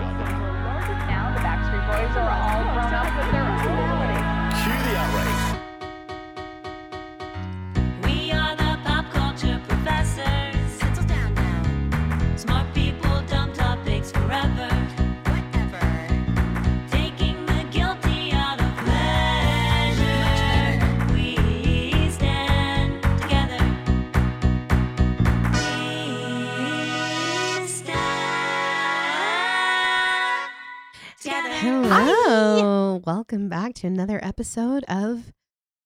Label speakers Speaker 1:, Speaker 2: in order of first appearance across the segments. Speaker 1: Now the Backstreet Boys are all grown up with their own
Speaker 2: We are the pop culture professors. Settle down now. Smart people, dumb topics forever. Whatever. Taking the guilty out of pleasure. We stand together. We stand together.
Speaker 3: Hello. Welcome back to another episode of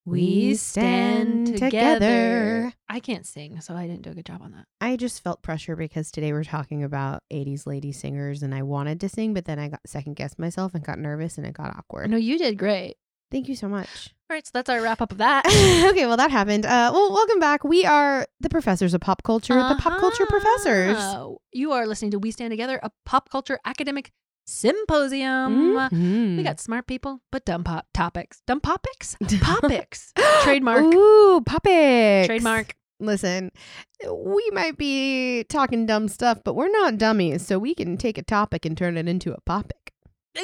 Speaker 3: We Stand Together.
Speaker 4: I can't sing, so I didn't do a good job on that.
Speaker 3: I just felt pressure because today we're talking about 80s lady singers and I wanted to sing, but then I got second guessed myself and got nervous and it got awkward.
Speaker 4: No, you did great.
Speaker 3: Thank you so much.
Speaker 4: All right, so that's our wrap up of that.
Speaker 3: okay, well, that happened. Uh, well, welcome back. We are the professors of pop culture, the pop culture professors.
Speaker 4: Uh-huh. You are listening to We Stand Together, a pop culture academic symposium.
Speaker 3: Mhm.
Speaker 4: Um, We got smart people, but dumb pop topics. Dumb topics? Topics. Trademark.
Speaker 3: Ooh, puppets.
Speaker 4: Trademark.
Speaker 3: Listen, we might be talking dumb stuff, but we're not dummies, so we can take a topic and turn it into a topic.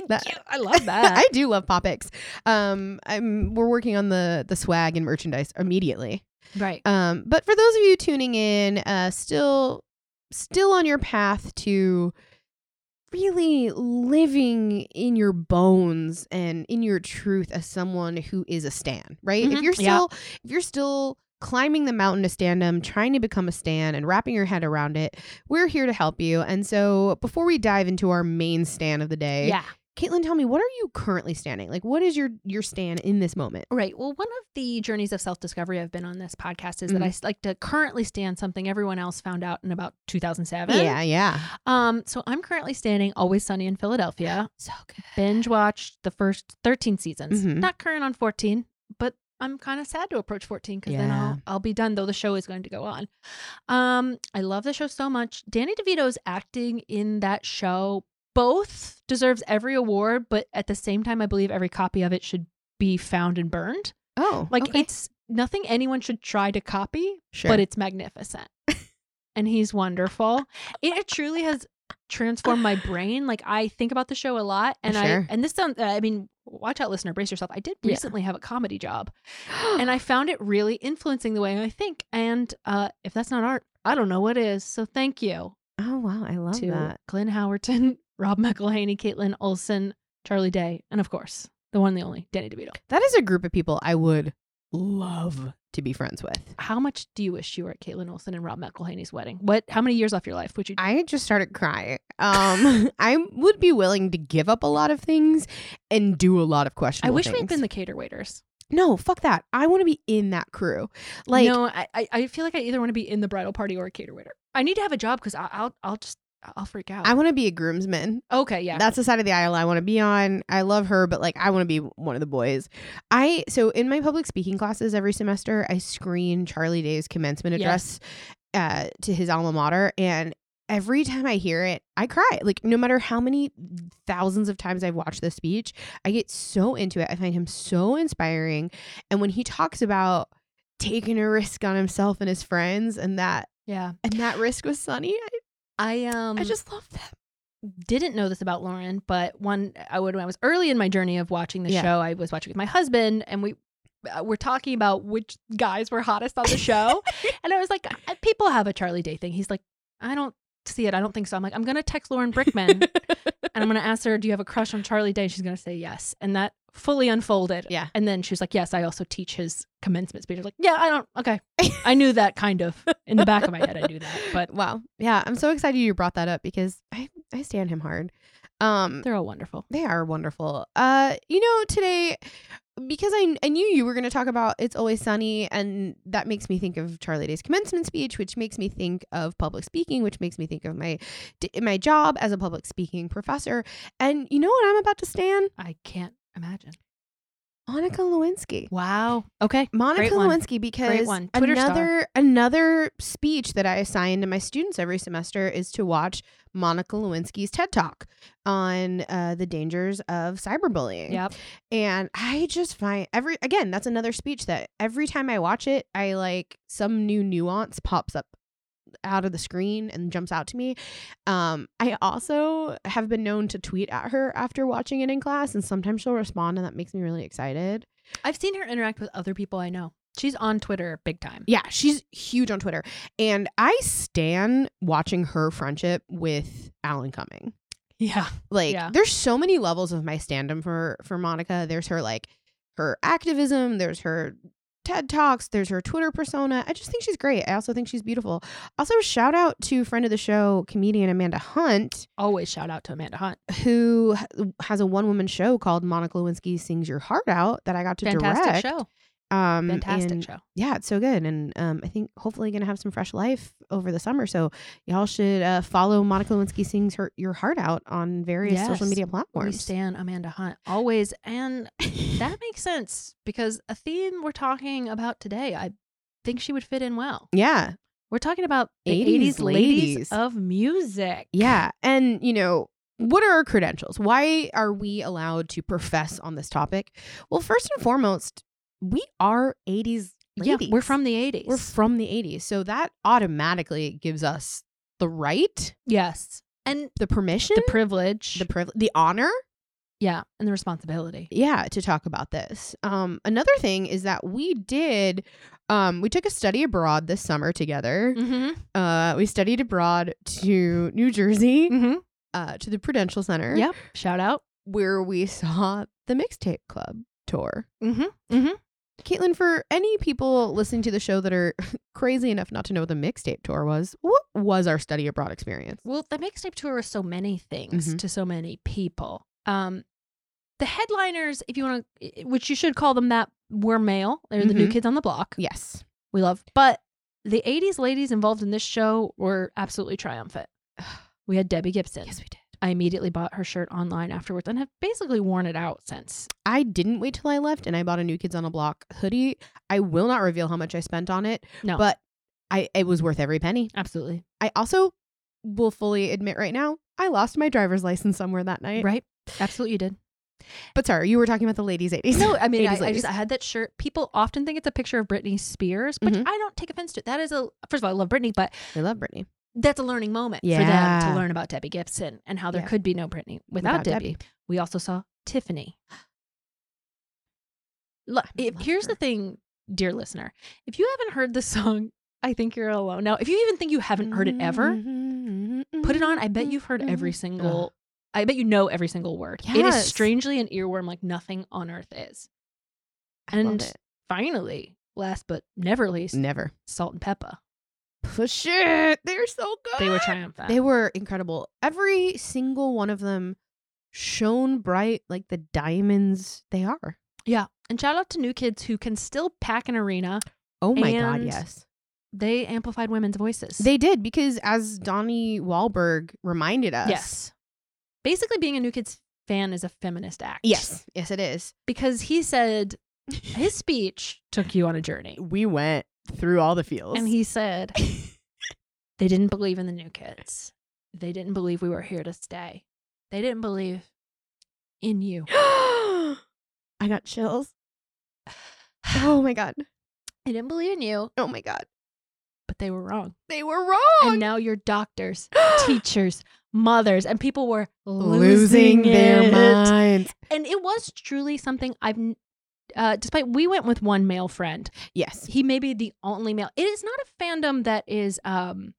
Speaker 3: That-
Speaker 4: you. I love that.
Speaker 3: I do love topics. Um, I'm, we're working on the the swag and merchandise immediately.
Speaker 4: Right.
Speaker 3: Um, but for those of you tuning in, uh, still, still on your path to really living in your bones and in your truth as someone who is a stan, right? If
Speaker 4: Mhm.
Speaker 3: you're
Speaker 4: Yeah.
Speaker 3: still, if you're still climbing the mountain to standum, trying to become a stan and wrapping your head around it, we're here to help you. And so, before we dive into our main stan of the day,
Speaker 4: yeah.
Speaker 3: Caitlin, tell me what are you currently standing? Like, what is your your stan in this moment?
Speaker 4: Right. Well, one of the journeys of self discovery I've been on this podcast is that I s- like to currently stand something everyone else found out in about 2007.
Speaker 3: Yeah, yeah.
Speaker 4: Um, so I'm currently standing Always Sunny in Philadelphia. So good. Binge watched the first 13 seasons.
Speaker 3: Mhm.
Speaker 4: Not current on 14, but I'm kind of sad to approach 14 because then
Speaker 3: Yeah.
Speaker 4: I'll, I'll be done, though the show is going to go on. Um, I love the show so much. Danny DeVito's acting in that show both deserves every award, but at the same time, I believe every copy of it should be found and burned.
Speaker 3: Oh,
Speaker 4: Like
Speaker 3: okay.
Speaker 4: it's nothing anyone should try to copy,
Speaker 3: sure.
Speaker 4: but it's magnificent. and he's wonderful. It, it truly has transformed my brain. Like I think about the show a lot, and
Speaker 3: Sure.
Speaker 4: I and this sounds. I mean, watch out, listener, brace yourself. I did
Speaker 3: Yeah.
Speaker 4: recently have a comedy job, and I found it really influencing the way I think. And uh, if that's not art, I don't know what is. So thank you
Speaker 3: oh wow, I love
Speaker 4: to
Speaker 3: that.
Speaker 4: Glenn Howerton, Rob McElhaney, Caitlin Olson, Charlie Day, and of course the one, and the only Danny DeVito.
Speaker 3: That is a group of people I would love to be friends with.
Speaker 4: How much do you wish you were at Caitlin Olson and Rob McElhaney's wedding? What? How many years off your life would you?
Speaker 3: I just started crying. Um, I would be willing to give up a lot of things and do a lot of
Speaker 4: I
Speaker 3: questionable.
Speaker 4: wish we had been
Speaker 3: things.
Speaker 4: the cater waiters.
Speaker 3: no. Fuck that. I want to be in that crew. Like
Speaker 4: no, I, I- I feel like I either want to be in the bridal party or a cater waiter. I need to have a job because I'll, I'll just I'll freak out.
Speaker 3: I want to be a groomsman.
Speaker 4: okay, yeah.
Speaker 3: That's the side of the aisle I want to be on. I love her, but like I want to be one of the boys. I so in my public speaking classes every semester, I screen Charlie Day's commencement address uh, to his alma mater, and every time I hear it, I cry. Like no matter how many thousands of times I've watched this speech, I get so into it. I find him so inspiring, and when he talks about taking a risk on himself and his friends, and that
Speaker 4: yeah.
Speaker 3: and that risk was Sunny, I,
Speaker 4: I um
Speaker 3: I just love that.
Speaker 4: didn't know this about Lauren, but one I would when I was early in my journey of watching the
Speaker 3: Yeah.
Speaker 4: show, I was watching with my husband, and we uh, were talking about which guys were hottest on the show, and I was like, "Uh, people have a Charlie Day thing. He's like, I don't see it. I don't think so. I'm like, I'm gonna text Lauren Brickman, and I'm gonna ask her, do you have a crush on Charlie Day? She's gonna say yes, and that fully unfolded.
Speaker 3: Yeah.
Speaker 4: and then she was like, yes, I also teach his commencement speech. I was like, yeah, I don't. Okay, I knew that kind of in the back of my head. I knew that, but
Speaker 3: wow yeah i'm so excited you brought that up because i i stand him hard um
Speaker 4: they're all wonderful.
Speaker 3: they are wonderful uh you know today because I, I knew you were going to talk about it's always sunny and that makes me think of charlie day's commencement speech which makes me think of public speaking which makes me think of my d- my job as a public speaking professor and you know what i'm about to stand
Speaker 4: I can't imagine.
Speaker 3: monica lewinsky
Speaker 4: Wow. Okay.
Speaker 3: Monica
Speaker 4: Great one.
Speaker 3: Lewinsky because
Speaker 4: one. Twitter star.
Speaker 3: another another speech that I assign to my students every semester is to watch Monica Lewinsky's TED Talk on uh, the dangers of cyberbullying.
Speaker 4: Yep.
Speaker 3: And I just find every again that's another speech that every time I watch it, I like some new nuance pops up out of the screen and jumps out to me. Um, I also have been known to tweet at her after watching it in class, and sometimes she'll respond, and that makes me really excited.
Speaker 4: I've seen her interact with other people I know. She's on Twitter big time.
Speaker 3: Yeah, she's huge on Twitter. And I stan watching her friendship with Alan Cumming.
Speaker 4: Yeah.
Speaker 3: Like
Speaker 4: Yeah.
Speaker 3: there's so many levels of my standum for for Monica. There's her like her activism, there's her TED Talks, there's her Twitter persona. I just think she's great. I also think she's beautiful. Also shout out to friend of the show comedian Amanda Hunt
Speaker 4: Always shout out to Amanda Hunt.
Speaker 3: who h- has a one-woman show called Monica Lewinsky Sings Your Heart Out that I got to
Speaker 4: Fantastic Mm,
Speaker 3: direct.
Speaker 4: show.
Speaker 3: Um
Speaker 4: Fantastic
Speaker 3: and
Speaker 4: show.
Speaker 3: yeah, it's so good. And um, I think hopefully going to have some fresh life over the summer. So y'all should uh, follow Monica Lewinsky Sings her, Your Heart Out on various social
Speaker 4: Yes.
Speaker 3: media
Speaker 4: We
Speaker 3: platforms.
Speaker 4: stand Amanda Hunt always, and that makes sense because a theme we're talking about today, I think she would fit in well.
Speaker 3: yeah.
Speaker 4: We're talking about the
Speaker 3: 80s
Speaker 4: 80s, ladies,
Speaker 3: ladies.
Speaker 4: of music.
Speaker 3: Yeah. And, you know, what are our credentials? Why are we allowed to profess on this topic? Well, first and foremost, we are 80s
Speaker 4: Yeah,
Speaker 3: ladies.
Speaker 4: we're from the 80s.
Speaker 3: We're from the 80s. So that automatically gives us the right,
Speaker 4: yes. And
Speaker 3: the permission,
Speaker 4: the privilege.
Speaker 3: the privilege, the honor
Speaker 4: yeah, and the responsibility.
Speaker 3: yeah to talk about this um another thing is that we did um we took a study abroad this summer together
Speaker 4: Mm-hmm.
Speaker 3: uh we studied abroad to new jersey
Speaker 4: Mm-hmm.
Speaker 3: uh to the prudential center
Speaker 4: Yep. Shout out.
Speaker 3: where we saw the mixtape club tour
Speaker 4: Mm-hmm.
Speaker 3: caitlin for any people listening to the show that are crazy enough not to know what the mixtape tour was what was our study abroad experience
Speaker 4: Well, the mixtape tour is so many things
Speaker 3: Mhm.
Speaker 4: to so many people. Um, the headliners, if you want to, which you should call them that, were male. They're the new
Speaker 3: Mhm.
Speaker 4: kids on the block.
Speaker 3: yes
Speaker 4: We love. But the 80s ladies involved in this show were absolutely triumphant. We had Debbie Gibson.
Speaker 3: yes we did
Speaker 4: I immediately bought her shirt online afterwards and have basically worn it out since.
Speaker 3: I didn't wait till I left and I bought a New Kids on a Block hoodie. I will not reveal how much I spent on it,
Speaker 4: No.
Speaker 3: but I it was worth every penny.
Speaker 4: Absolutely.
Speaker 3: I also will fully admit right now, I lost my driver's license somewhere that night.
Speaker 4: Right? Absolutely, you did.
Speaker 3: But sorry, you were talking about the ladies 80s.
Speaker 4: No, I mean, I,
Speaker 3: 80s
Speaker 4: I
Speaker 3: ladies.
Speaker 4: just I had that shirt. People often think it's a picture of Britney Spears, which
Speaker 3: Mhm.
Speaker 4: I don't take offense to. That is a first of all, I love Britney, but
Speaker 3: I love Britney.
Speaker 4: that's a learning moment for them
Speaker 3: Yeah.
Speaker 4: to learn about Debbie Gibson and how there
Speaker 3: Yeah.
Speaker 4: could be no Britney without,
Speaker 3: Without
Speaker 4: Debbie. We also saw Tiffany. Look,
Speaker 3: I
Speaker 4: if,
Speaker 3: love
Speaker 4: here's the
Speaker 3: her.
Speaker 4: thing, dear listener. If you haven't heard this song, I think you're alone. Now, if you even think you haven't heard it ever,
Speaker 3: Mm-hmm.
Speaker 4: put it on. I bet you've heard every single. I bet you know every single word. It is
Speaker 3: Yes.
Speaker 4: strangely an earworm like nothing on earth is.
Speaker 3: I love
Speaker 4: And
Speaker 3: it.
Speaker 4: finally, last but never least,
Speaker 3: Never.
Speaker 4: Salt and Peppa.
Speaker 3: Push it. They're so good.
Speaker 4: They were triumphant.
Speaker 3: They were incredible. Every single one of them shone bright like the diamonds they are.
Speaker 4: Yeah. And shout out to new kids who can still pack an arena
Speaker 3: Oh my god,
Speaker 4: And-
Speaker 3: yes.
Speaker 4: they amplified women's voices.
Speaker 3: They did because, as Donnie Wahlberg reminded us,
Speaker 4: yes, basically being a New Kids fan is a feminist act.
Speaker 3: yes, yes, it is.
Speaker 4: because he said his speech took you on a journey,
Speaker 3: We went through all the fields,
Speaker 4: and he said they didn't believe in the New Kids. They didn't believe we were here to stay. They didn't believe in you.
Speaker 3: I got chills. Oh my god.
Speaker 4: They didn't believe in you,
Speaker 3: Oh my god.
Speaker 4: but they were wrong.
Speaker 3: They were wrong.
Speaker 4: And now you're doctors, teachers, mothers, and people were
Speaker 3: losing their
Speaker 4: it.
Speaker 3: minds.
Speaker 4: And it was truly something I've, n- uh, despite we went with one male friend.
Speaker 3: Yes.
Speaker 4: He may be the only male. It is not a fandom that is um,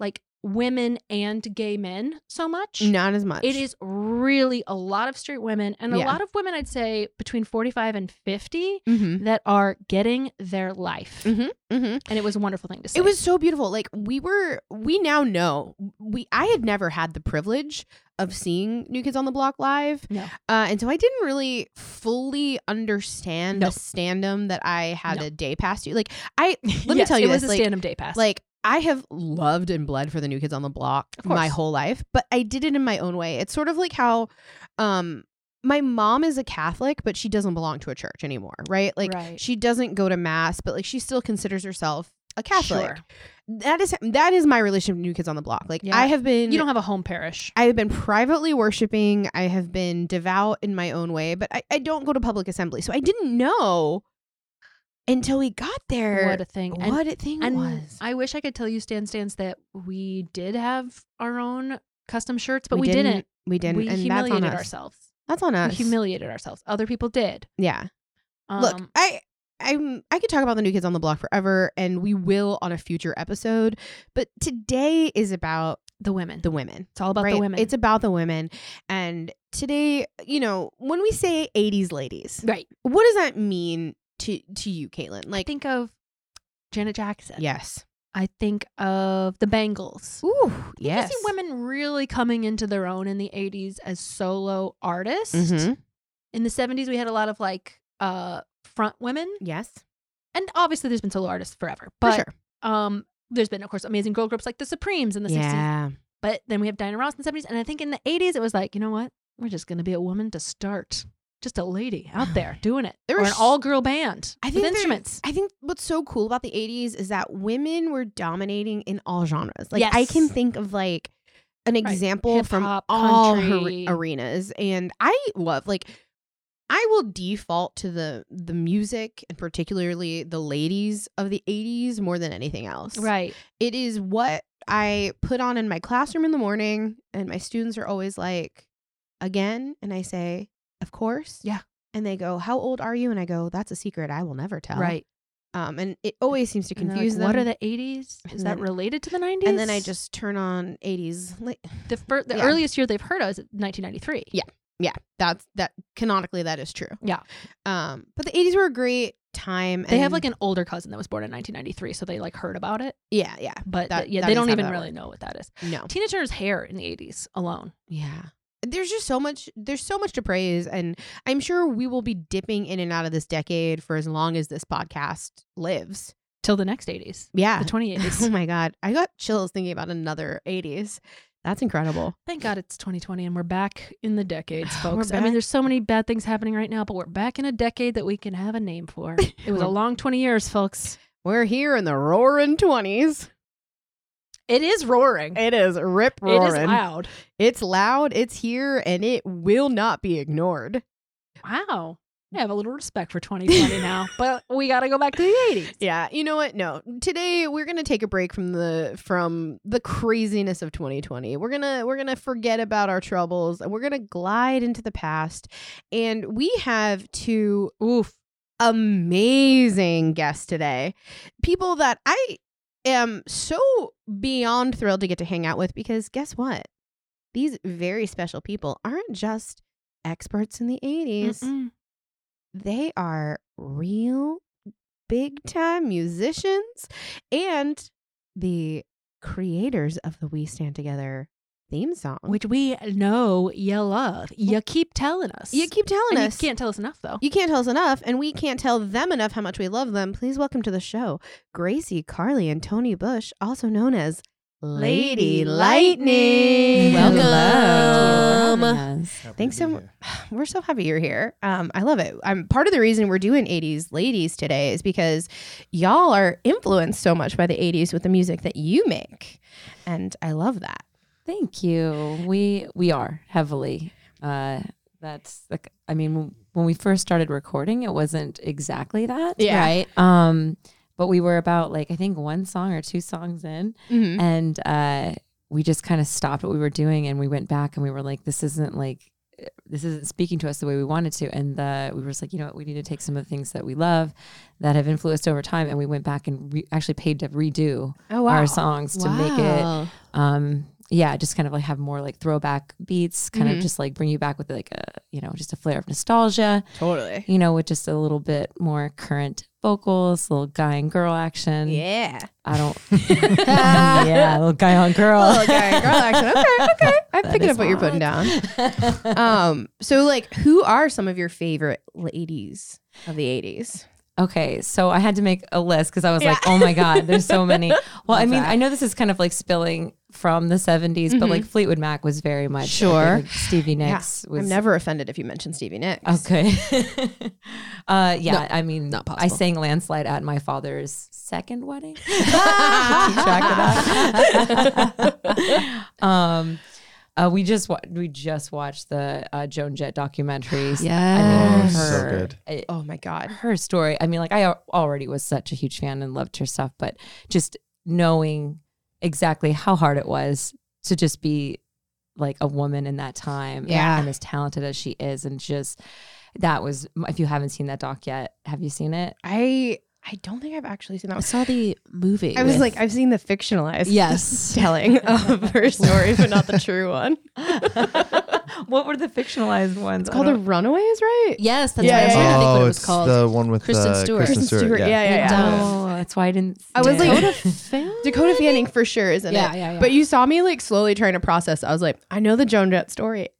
Speaker 4: like women and gay men so much.
Speaker 3: Not as much.
Speaker 4: It is really a lot of straight women and a
Speaker 3: Yeah.
Speaker 4: lot of women, I'd say between 45 and 50,
Speaker 3: Mm-hmm.
Speaker 4: that are getting their life.
Speaker 3: Mm-hmm.
Speaker 4: And it was a wonderful thing to see.
Speaker 3: It was so beautiful. Like we were, we now know we. I had never had the privilege of seeing New Kids on the Block live,
Speaker 4: No.
Speaker 3: uh, and so I didn't really fully understand
Speaker 4: No.
Speaker 3: the standum that I had
Speaker 4: No.
Speaker 3: a day past you. Like I, let me
Speaker 4: Yes,
Speaker 3: tell you
Speaker 4: it
Speaker 3: this,
Speaker 4: was a
Speaker 3: like-
Speaker 4: stand-up day pass.
Speaker 3: like I have loved and bled for the New Kids on the Block
Speaker 4: Of course.
Speaker 3: my whole life, but I did it in my own way. It's sort of like how, um. My mom is a Catholic, but she doesn't belong to a church anymore, right? Like
Speaker 4: Right.
Speaker 3: she doesn't go to mass, but like she still considers herself a Catholic
Speaker 4: Sure.
Speaker 3: that is that is my relationship with New Kids on the Block. Like
Speaker 4: Yeah.
Speaker 3: I have been
Speaker 4: You don't have a home parish.
Speaker 3: I have been privately worshiping. I have been devout in my own way, but I, I don't go to public assembly. So I didn't know until we got there
Speaker 4: What a thing. And-
Speaker 3: what it thing
Speaker 4: and
Speaker 3: was.
Speaker 4: I wish I could tell you, Stan Stans, that we did have our own custom shirts, but we,
Speaker 3: We
Speaker 4: didn't.
Speaker 3: didn't. we didn't
Speaker 4: We
Speaker 3: and that's
Speaker 4: humiliated
Speaker 3: on us.
Speaker 4: ourselves.
Speaker 3: That's on us.
Speaker 4: We humiliated ourselves. Other people did.
Speaker 3: yeah.
Speaker 4: Um,
Speaker 3: Look, I I'm I could talk about the new kids on the block forever and we will on a future episode, but today is about
Speaker 4: the women.
Speaker 3: the women.
Speaker 4: it's all about the
Speaker 3: right?
Speaker 4: women.
Speaker 3: It's about the women. And today, you know, when we say 80s ladies,
Speaker 4: right.
Speaker 3: what does that mean to to you, Caitlin?
Speaker 4: Like
Speaker 3: Like,
Speaker 4: think of Janet Jackson.
Speaker 3: yes.
Speaker 4: I think of the Bangles.
Speaker 3: Ooh,
Speaker 4: I see women really coming into their own in the '80s as solo artists.
Speaker 3: Mhm.
Speaker 4: In the '70s, we had a lot of like uh front women,
Speaker 3: Yes.
Speaker 4: and obviously there's been solo artists forever. But
Speaker 3: For sure.
Speaker 4: um, there's been of course amazing girl groups like the Supremes in the '60s. But then we have Diana Ross in the 70s. And I think in the 80s, it was like, you know what? We're just going to be a woman to start. Just a lady out there doing it.
Speaker 3: There
Speaker 4: or
Speaker 3: were
Speaker 4: an
Speaker 3: s-
Speaker 4: all girl band
Speaker 3: I think
Speaker 4: with
Speaker 3: there-
Speaker 4: instruments.
Speaker 3: I think what's so cool about the 80s is that women were dominating in all genres. Like I
Speaker 4: Yes.
Speaker 3: can think of like an example from
Speaker 4: Hip-hop,
Speaker 3: all her
Speaker 4: country.
Speaker 3: arenas and I love like I will default to the the music and particularly the ladies of the 80s more than anything else.
Speaker 4: Right.
Speaker 3: It is what I put on in my classroom in the morning and my students are always like again and I say, "Of course."
Speaker 4: Yeah.
Speaker 3: And they go, "How old are you?" and I go, "That's a secret I will never tell."
Speaker 4: Right.
Speaker 3: um, and it always seems to
Speaker 4: And they're
Speaker 3: confuse
Speaker 4: like,
Speaker 3: them.
Speaker 4: What are the 80s? Is
Speaker 3: And
Speaker 4: that
Speaker 3: then-
Speaker 4: related to the 90s?
Speaker 3: and then I just turn on eighties. Like
Speaker 4: The, fir- the
Speaker 3: Yeah.
Speaker 4: earliest year they've heard of is 1993.
Speaker 3: Yeah. that's that canonically that is true.
Speaker 4: Yeah.
Speaker 3: Um, but the eighties were a great time.
Speaker 4: They have like
Speaker 3: an
Speaker 4: an older cousin that was born in 1993, so they like heard about it,
Speaker 3: yeah, yeah.
Speaker 4: but
Speaker 3: That-
Speaker 4: th- yeah,
Speaker 3: that
Speaker 4: they
Speaker 3: is
Speaker 4: don't
Speaker 3: how
Speaker 4: even
Speaker 3: that
Speaker 4: really
Speaker 3: works.
Speaker 4: know what that is.
Speaker 3: No,
Speaker 4: Tina Turner's hair in the 80s alone.
Speaker 3: yeah. There's just so much. There's so much to praise, and I'm sure we will be dipping in and out of this decade for as long as this podcast lives.
Speaker 4: Till the next 80s,
Speaker 3: Yeah.
Speaker 4: the 2080s.
Speaker 3: Oh my god, I got chills thinking about another eighties. That's incredible.
Speaker 4: Thank God it's 2020 and we're back in the decades,
Speaker 3: We're
Speaker 4: folks. I mean,
Speaker 3: back.
Speaker 4: there's so many bad things happening right now, but we're back in a decade that we can have a name for. It was a
Speaker 3: We're-
Speaker 4: long 20 years, folks.
Speaker 3: We're here in the roaring twenties.
Speaker 4: It is roaring.
Speaker 3: It is rip
Speaker 4: It
Speaker 3: roaring.
Speaker 4: is loud.
Speaker 3: It's loud, it's here, and it will not be ignored.
Speaker 4: Wow. I have a little respect for 2020 now, but we got to go back to the 80s.
Speaker 3: Yeah, you know what? No. Today we're going to take a break from the from the craziness of 2020. We're going to we're going to forget about our troubles and we're going to glide into the past. And we have two oof amazing guests today. People that I am so beyond thrilled to get to hang out with because guess what? These very special people aren't just experts in the 80s.
Speaker 4: Mm-mm.
Speaker 3: they are real big time musicians and the creators of the We Stand Together theme song.
Speaker 4: which we know you love. You keep telling us.
Speaker 3: you keep telling
Speaker 4: And
Speaker 3: us.
Speaker 4: You can't tell us enough though.
Speaker 3: You can't tell us enough, and we can't tell them enough how much we love them. Please welcome to the show Gracie, Carly, and Tony Bush, also known as Lady Lightning.
Speaker 5: Welcome.
Speaker 3: Thanks so much. We're so happy you're here. Um, I love it. I'm part of the reason we're doing 80s ladies today is because y'all are influenced so much by the 80s with the music that you make. And I love that.
Speaker 5: Thank you. We we are heavily. Uh, that's like I mean when we first started recording, it wasn't exactly that,
Speaker 3: Yeah.
Speaker 5: right? Um, but we were about like I think one song or two songs in,
Speaker 3: Mhm.
Speaker 5: and uh, we just kind of stopped what we were doing and we went back and we were like, this isn't like this isn't speaking to us the way we wanted to, and the, we were just like, you know what, we need to take some of the things that we love that have influenced over time, and we went back and re- actually paid to redo
Speaker 3: Oh,
Speaker 5: our songs to make it um yeah just kind of like have more like throwback beats kind
Speaker 3: Mhm.
Speaker 5: of just like bring you back with like a you know just a flare of nostalgia
Speaker 3: Totally.
Speaker 5: you know with just a little bit more current vocals little guy and girl action
Speaker 3: Yeah.
Speaker 5: i don't yeah little guy on girl
Speaker 3: Little guy and girl action. Okay, okay. I'm
Speaker 5: That
Speaker 3: picking up
Speaker 5: is
Speaker 3: what you're
Speaker 5: hot.
Speaker 3: putting down. um so like who are some of your favorite ladies of the 80s
Speaker 5: Okay, so I had to make a list because I was like, oh my God, there's so many. Well, I mean, I know this is kind of like spilling from the 70s, but like Fleetwood Mac was very much. I think,
Speaker 3: Mm-hmm. Sure.
Speaker 5: like, Stevie Nicks was.
Speaker 3: i'm never offended if you mention stevie nicks
Speaker 5: Okay. uh, yeah, I mean,
Speaker 3: not
Speaker 5: I
Speaker 3: possible.
Speaker 5: sang Landslide at my father's second wedding. Keep track of that. um, uh, we just wa- we just watched the uh, Joan Jett documentary. I mean,
Speaker 3: Yes.
Speaker 6: Oh, so
Speaker 5: her,
Speaker 6: good.
Speaker 5: it-
Speaker 3: oh my god
Speaker 5: her story. I mean, like I al- already was such a huge fan and loved her stuff, but just knowing exactly how hard it was to just be like a woman in that time,
Speaker 3: Yeah.
Speaker 5: and as talented as she is, and just that was. If you haven't seen that doc yet, have you seen it?
Speaker 3: i i don't think i've actually seen that
Speaker 7: I
Speaker 3: one.
Speaker 7: saw the movie.
Speaker 3: i was
Speaker 7: with-
Speaker 3: like i've seen the fictionalized
Speaker 7: yes.
Speaker 3: telling of her story but not the true one
Speaker 5: what were the fictionalized ones?
Speaker 3: it's called the runaways right
Speaker 7: Yes, that's
Speaker 3: Yeah,
Speaker 7: what I was
Speaker 3: yeah,
Speaker 7: trying to think what it
Speaker 6: Oh,
Speaker 7: was
Speaker 6: it's
Speaker 7: called.
Speaker 6: the one with
Speaker 7: Kristen
Speaker 6: uh,
Speaker 7: Stewart.
Speaker 6: Kristen
Speaker 3: Kristen Stewart,
Speaker 6: Stewart. Yeah.
Speaker 3: yeah yeah yeah
Speaker 5: Oh, that's why I didn't.
Speaker 3: I was like-
Speaker 5: Dakota-
Speaker 3: Dakota Fanning for sure is in
Speaker 7: Yeah,
Speaker 3: it.
Speaker 7: yeah, yeah.
Speaker 3: But you saw me like slowly trying to process. I was like, I know the Joan Jett story,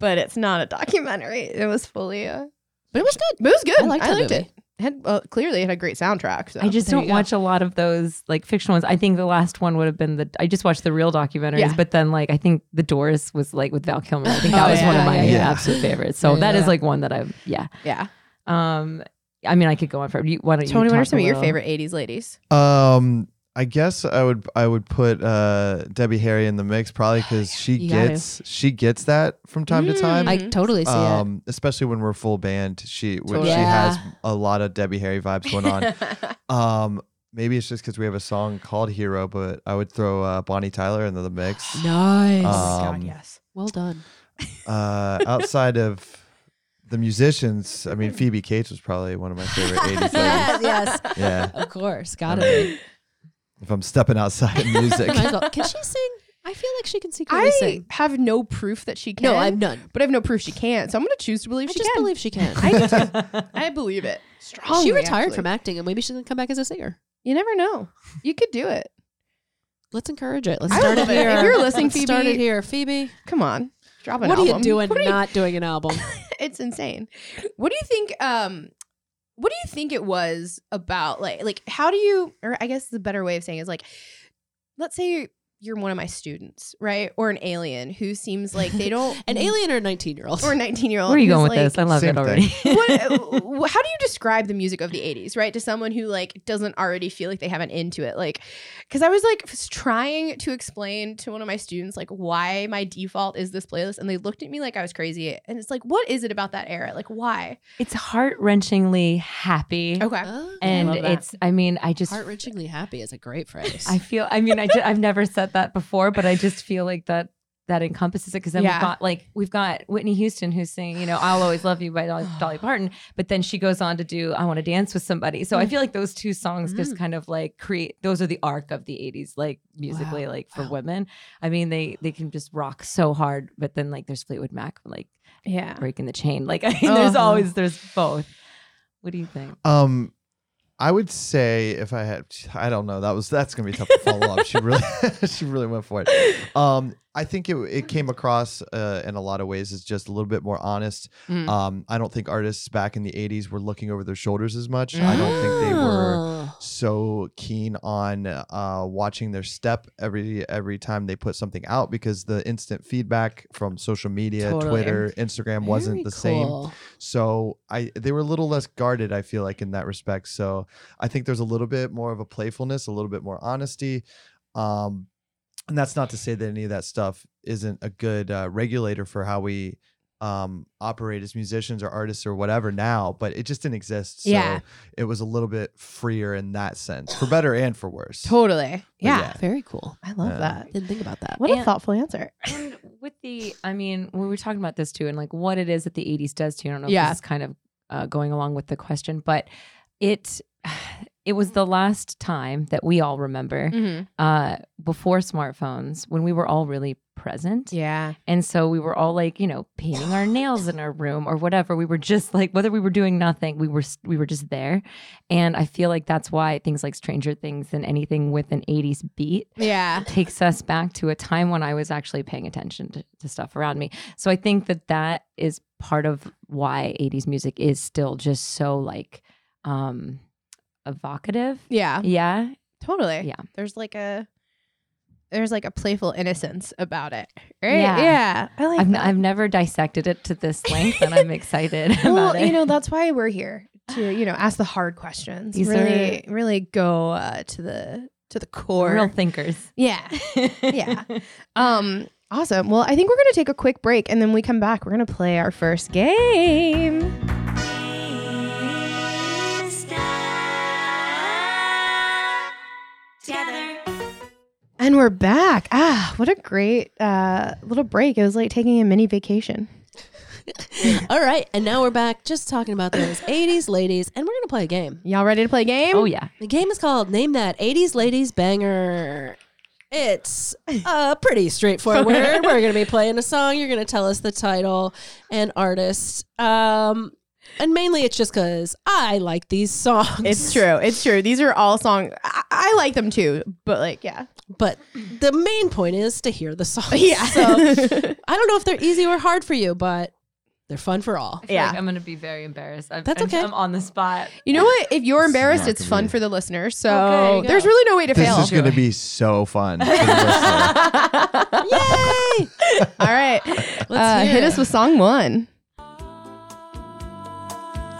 Speaker 3: but it's not a documentary. It was fully a. But it was good. It was good. I
Speaker 7: I
Speaker 3: liked,
Speaker 7: liked that
Speaker 3: it.
Speaker 7: movie.
Speaker 3: It had well, clearly it had a great soundtrack. So.
Speaker 5: I just
Speaker 7: There you
Speaker 5: don't
Speaker 7: go.
Speaker 5: watch a lot of those like fictional ones. I think the last one would have been the I just watched the real documentaries,
Speaker 3: Yeah.
Speaker 5: but then like I think The Doors was like with Val Kilmer. I think that
Speaker 3: Oh,
Speaker 5: was one
Speaker 3: yeah,
Speaker 5: of my
Speaker 3: yeah,
Speaker 7: yeah.
Speaker 5: absolute favorites. So
Speaker 7: Yeah,
Speaker 5: that
Speaker 7: yeah.
Speaker 5: is like one that I've yeah.
Speaker 3: yeah.
Speaker 5: Um I mean I could go on for you why don't you
Speaker 3: Tony, what are
Speaker 5: talk a
Speaker 3: some of your
Speaker 5: little?
Speaker 3: favorite '80s ladies?
Speaker 6: Um, I guess I would I would put uh, Debbie Harry in the mix probably because she
Speaker 7: You gotta.
Speaker 6: gets she gets that from time to time.
Speaker 7: Mm, I
Speaker 3: Mhm.
Speaker 7: totally see it.
Speaker 6: Um, especially when we're full band, she when
Speaker 7: Totally.
Speaker 6: she
Speaker 7: Yeah.
Speaker 6: has a lot of Debbie Harry vibes going on. um, maybe it's just because we have a song called Hero, but I would throw uh, Bonnie Tyler into the mix.
Speaker 7: Nice.
Speaker 4: Oh
Speaker 6: Um,
Speaker 3: yes.
Speaker 7: well done.
Speaker 6: uh, outside of the musicians, I mean, Phoebe Cates was probably one of my favorite 80s ladies.
Speaker 7: yes,
Speaker 6: Yeah.
Speaker 7: of course. Gotta be.
Speaker 6: If I'm stepping outside of music.
Speaker 7: Michael, can she sing? I feel like she can secretly
Speaker 3: I
Speaker 7: sing.
Speaker 3: have no proof that she can.
Speaker 7: No, I'm none.
Speaker 3: But I have no proof she can't. So I'm going to choose to believe
Speaker 7: I
Speaker 3: she
Speaker 7: just
Speaker 3: can.
Speaker 7: believe she can.
Speaker 3: I do too. I believe it strongly.
Speaker 7: she retired
Speaker 3: actually.
Speaker 7: from acting, and maybe she's gonna come back as a singer.
Speaker 3: You never know. You could do it.
Speaker 7: Let's encourage it. Let's
Speaker 3: I
Speaker 7: start
Speaker 3: love
Speaker 7: it
Speaker 3: it.
Speaker 7: here.
Speaker 3: If you're listening,
Speaker 7: Let's start
Speaker 3: Phoebe-
Speaker 7: it here, Phoebe.
Speaker 3: Come on, drop an
Speaker 7: What are you
Speaker 3: album.
Speaker 7: doing?
Speaker 3: What are you
Speaker 7: Not doing an album.
Speaker 3: it's insane. What do you think? Um, what do you think it was about? Like, like how do you? Or I guess the better way of saying is like, let's say you're one of my students, right, or an alien who seems like they don't
Speaker 7: An alien or a 19 year old?
Speaker 3: or a 19 year old.
Speaker 5: Where are you going with this? I love
Speaker 6: Same
Speaker 5: it already.
Speaker 3: what, uh, how do you describe the music of the 80s right to someone who like doesn't already feel like they have an into it like because i was like f- trying to explain to one of my students like why my default is this playlist and they looked at me like i was crazy and it's like what is it about that era like why
Speaker 5: It's heart wrenchingly happy.
Speaker 3: okay
Speaker 4: Uh,
Speaker 7: Oh,
Speaker 5: And
Speaker 3: love that.
Speaker 5: it's I mean, I just
Speaker 7: heart wrenchingly happy is a great phrase.
Speaker 5: I feel. I mean, I ju- I've never said that before, but I just feel like that that encompasses it because then
Speaker 3: Yeah.
Speaker 5: we've got like we've got Whitney Houston who's singing, you know, "I'll Always Love You" by Dolly, Dolly Parton, but then she goes on to do "I Want to Dance with Somebody." So I
Speaker 3: Mm.
Speaker 5: feel like those two songs just kind of like create. Those are the arc of the '80s, like musically,
Speaker 7: Wow.
Speaker 5: like for
Speaker 7: Wow.
Speaker 5: women. I mean, they they can just rock so hard, but then like there's Fleetwood Mac, like
Speaker 3: yeah
Speaker 5: breaking the chain. Like I mean, there's
Speaker 3: Uh-huh.
Speaker 5: always there's both. What do you think?
Speaker 6: Um, I would say if I had, I don't know, that was that's gonna be tough to follow up. She really, she really went for it. Um, I think it it came across uh, in a lot of ways as just a little bit more honest.
Speaker 3: Mm.
Speaker 7: Mm-hmm.
Speaker 6: Um, I don't think artists back in the '80s were looking over their shoulders as much. I don't think they were
Speaker 7: Oh,
Speaker 6: so keen on uh, watching their step every every time they put something out because the instant feedback from social media,
Speaker 7: Totally.
Speaker 6: Twitter, Instagram wasn't
Speaker 7: Very
Speaker 6: the same.
Speaker 7: cool.
Speaker 6: So I they were a little less guarded. I feel like in that respect. So I think there's a little bit more of a playfulness, a little bit more honesty. Um, and that's not to say that any of that stuff isn't a good uh, regulator for how we um operate as musicians or artists or whatever now but it just didn't exist so
Speaker 3: Yeah.
Speaker 6: it was a little bit freer in that sense for better and for worse
Speaker 3: Totally. Yeah.
Speaker 6: yeah.
Speaker 7: Very cool.
Speaker 3: I love
Speaker 6: Yeah.
Speaker 3: that.
Speaker 7: Didn't think about that.
Speaker 3: What a
Speaker 5: And-
Speaker 3: thoughtful answer.
Speaker 5: and with the i mean we were talking about this too and like what it is that the 80s does to you i don't know
Speaker 3: Yeah.
Speaker 5: if this is kind of uh, going along with the question but it it was the last time that we all
Speaker 3: Mm.
Speaker 5: remember
Speaker 3: Mm-hmm.
Speaker 5: uh before smartphones when we were all really present
Speaker 3: Yeah.
Speaker 5: and so we were all like you know painting our nails in our room or whatever we were just like whether we were doing nothing we were s- we were just there and i feel like that's why things like stranger things and anything with an 80s beat
Speaker 3: Yeah.
Speaker 5: takes us back to a time when I was actually paying attention to, to stuff around me. So I think that that is part of why 80s music is still just so like um evocative.
Speaker 3: Yeah.
Speaker 5: Yeah.
Speaker 3: Totally.
Speaker 5: Yeah.
Speaker 3: There's like a there's like a playful innocence about it. Right?
Speaker 5: Yeah.
Speaker 3: Yeah. I like
Speaker 5: I've, n-
Speaker 3: that.
Speaker 5: I've never dissected it to this length and I'm excited
Speaker 3: well,
Speaker 5: about it.
Speaker 3: you know, that's why we're here to, you know, ask the hard questions.
Speaker 5: These
Speaker 3: really really go uh, to the to the core.
Speaker 5: real thinkers.
Speaker 3: Yeah. yeah. Um awesome. Well, I think we're going to take a quick break and then we come back, we're going to play our first game.
Speaker 2: Together.
Speaker 3: And we're back. Ah, what a great uh little break. It was like taking a mini vacation.
Speaker 7: All right. And now we're back just talking about those 80s ladies, and we're going to play a game.
Speaker 3: Y'all ready to play a game?
Speaker 5: Oh yeah.
Speaker 7: The game is called Name That 80s Ladies Banger. It's uh, pretty straightforward. We're going to be playing a song. You're going to tell us the title and artist. Um, and mainly it's just because I like these songs.
Speaker 3: It's true. It's true. These are all songs. I, I like them too, but like, yeah.
Speaker 7: But the main point is to hear the songs.
Speaker 3: Yeah.
Speaker 7: So I don't know if they're easy or hard for you, but they're fun for all.
Speaker 5: I feel like
Speaker 3: Yeah.
Speaker 5: I'm going to be very embarrassed. I'm,
Speaker 7: That's
Speaker 5: I'm-
Speaker 7: okay.
Speaker 5: I'm on the spot.
Speaker 3: you know what? If you're
Speaker 6: It's
Speaker 3: embarrassed,
Speaker 6: not
Speaker 3: it's
Speaker 6: gonna
Speaker 3: fun
Speaker 6: be-
Speaker 3: for the listeners.
Speaker 5: Okay,
Speaker 3: So
Speaker 5: there you
Speaker 3: there's
Speaker 5: go.
Speaker 3: really no way to
Speaker 6: this
Speaker 3: fail.
Speaker 6: is going to be so fun for the listener.
Speaker 7: Yay!
Speaker 3: all right. Uh,
Speaker 7: hear
Speaker 3: hit
Speaker 7: it.
Speaker 3: us with song one.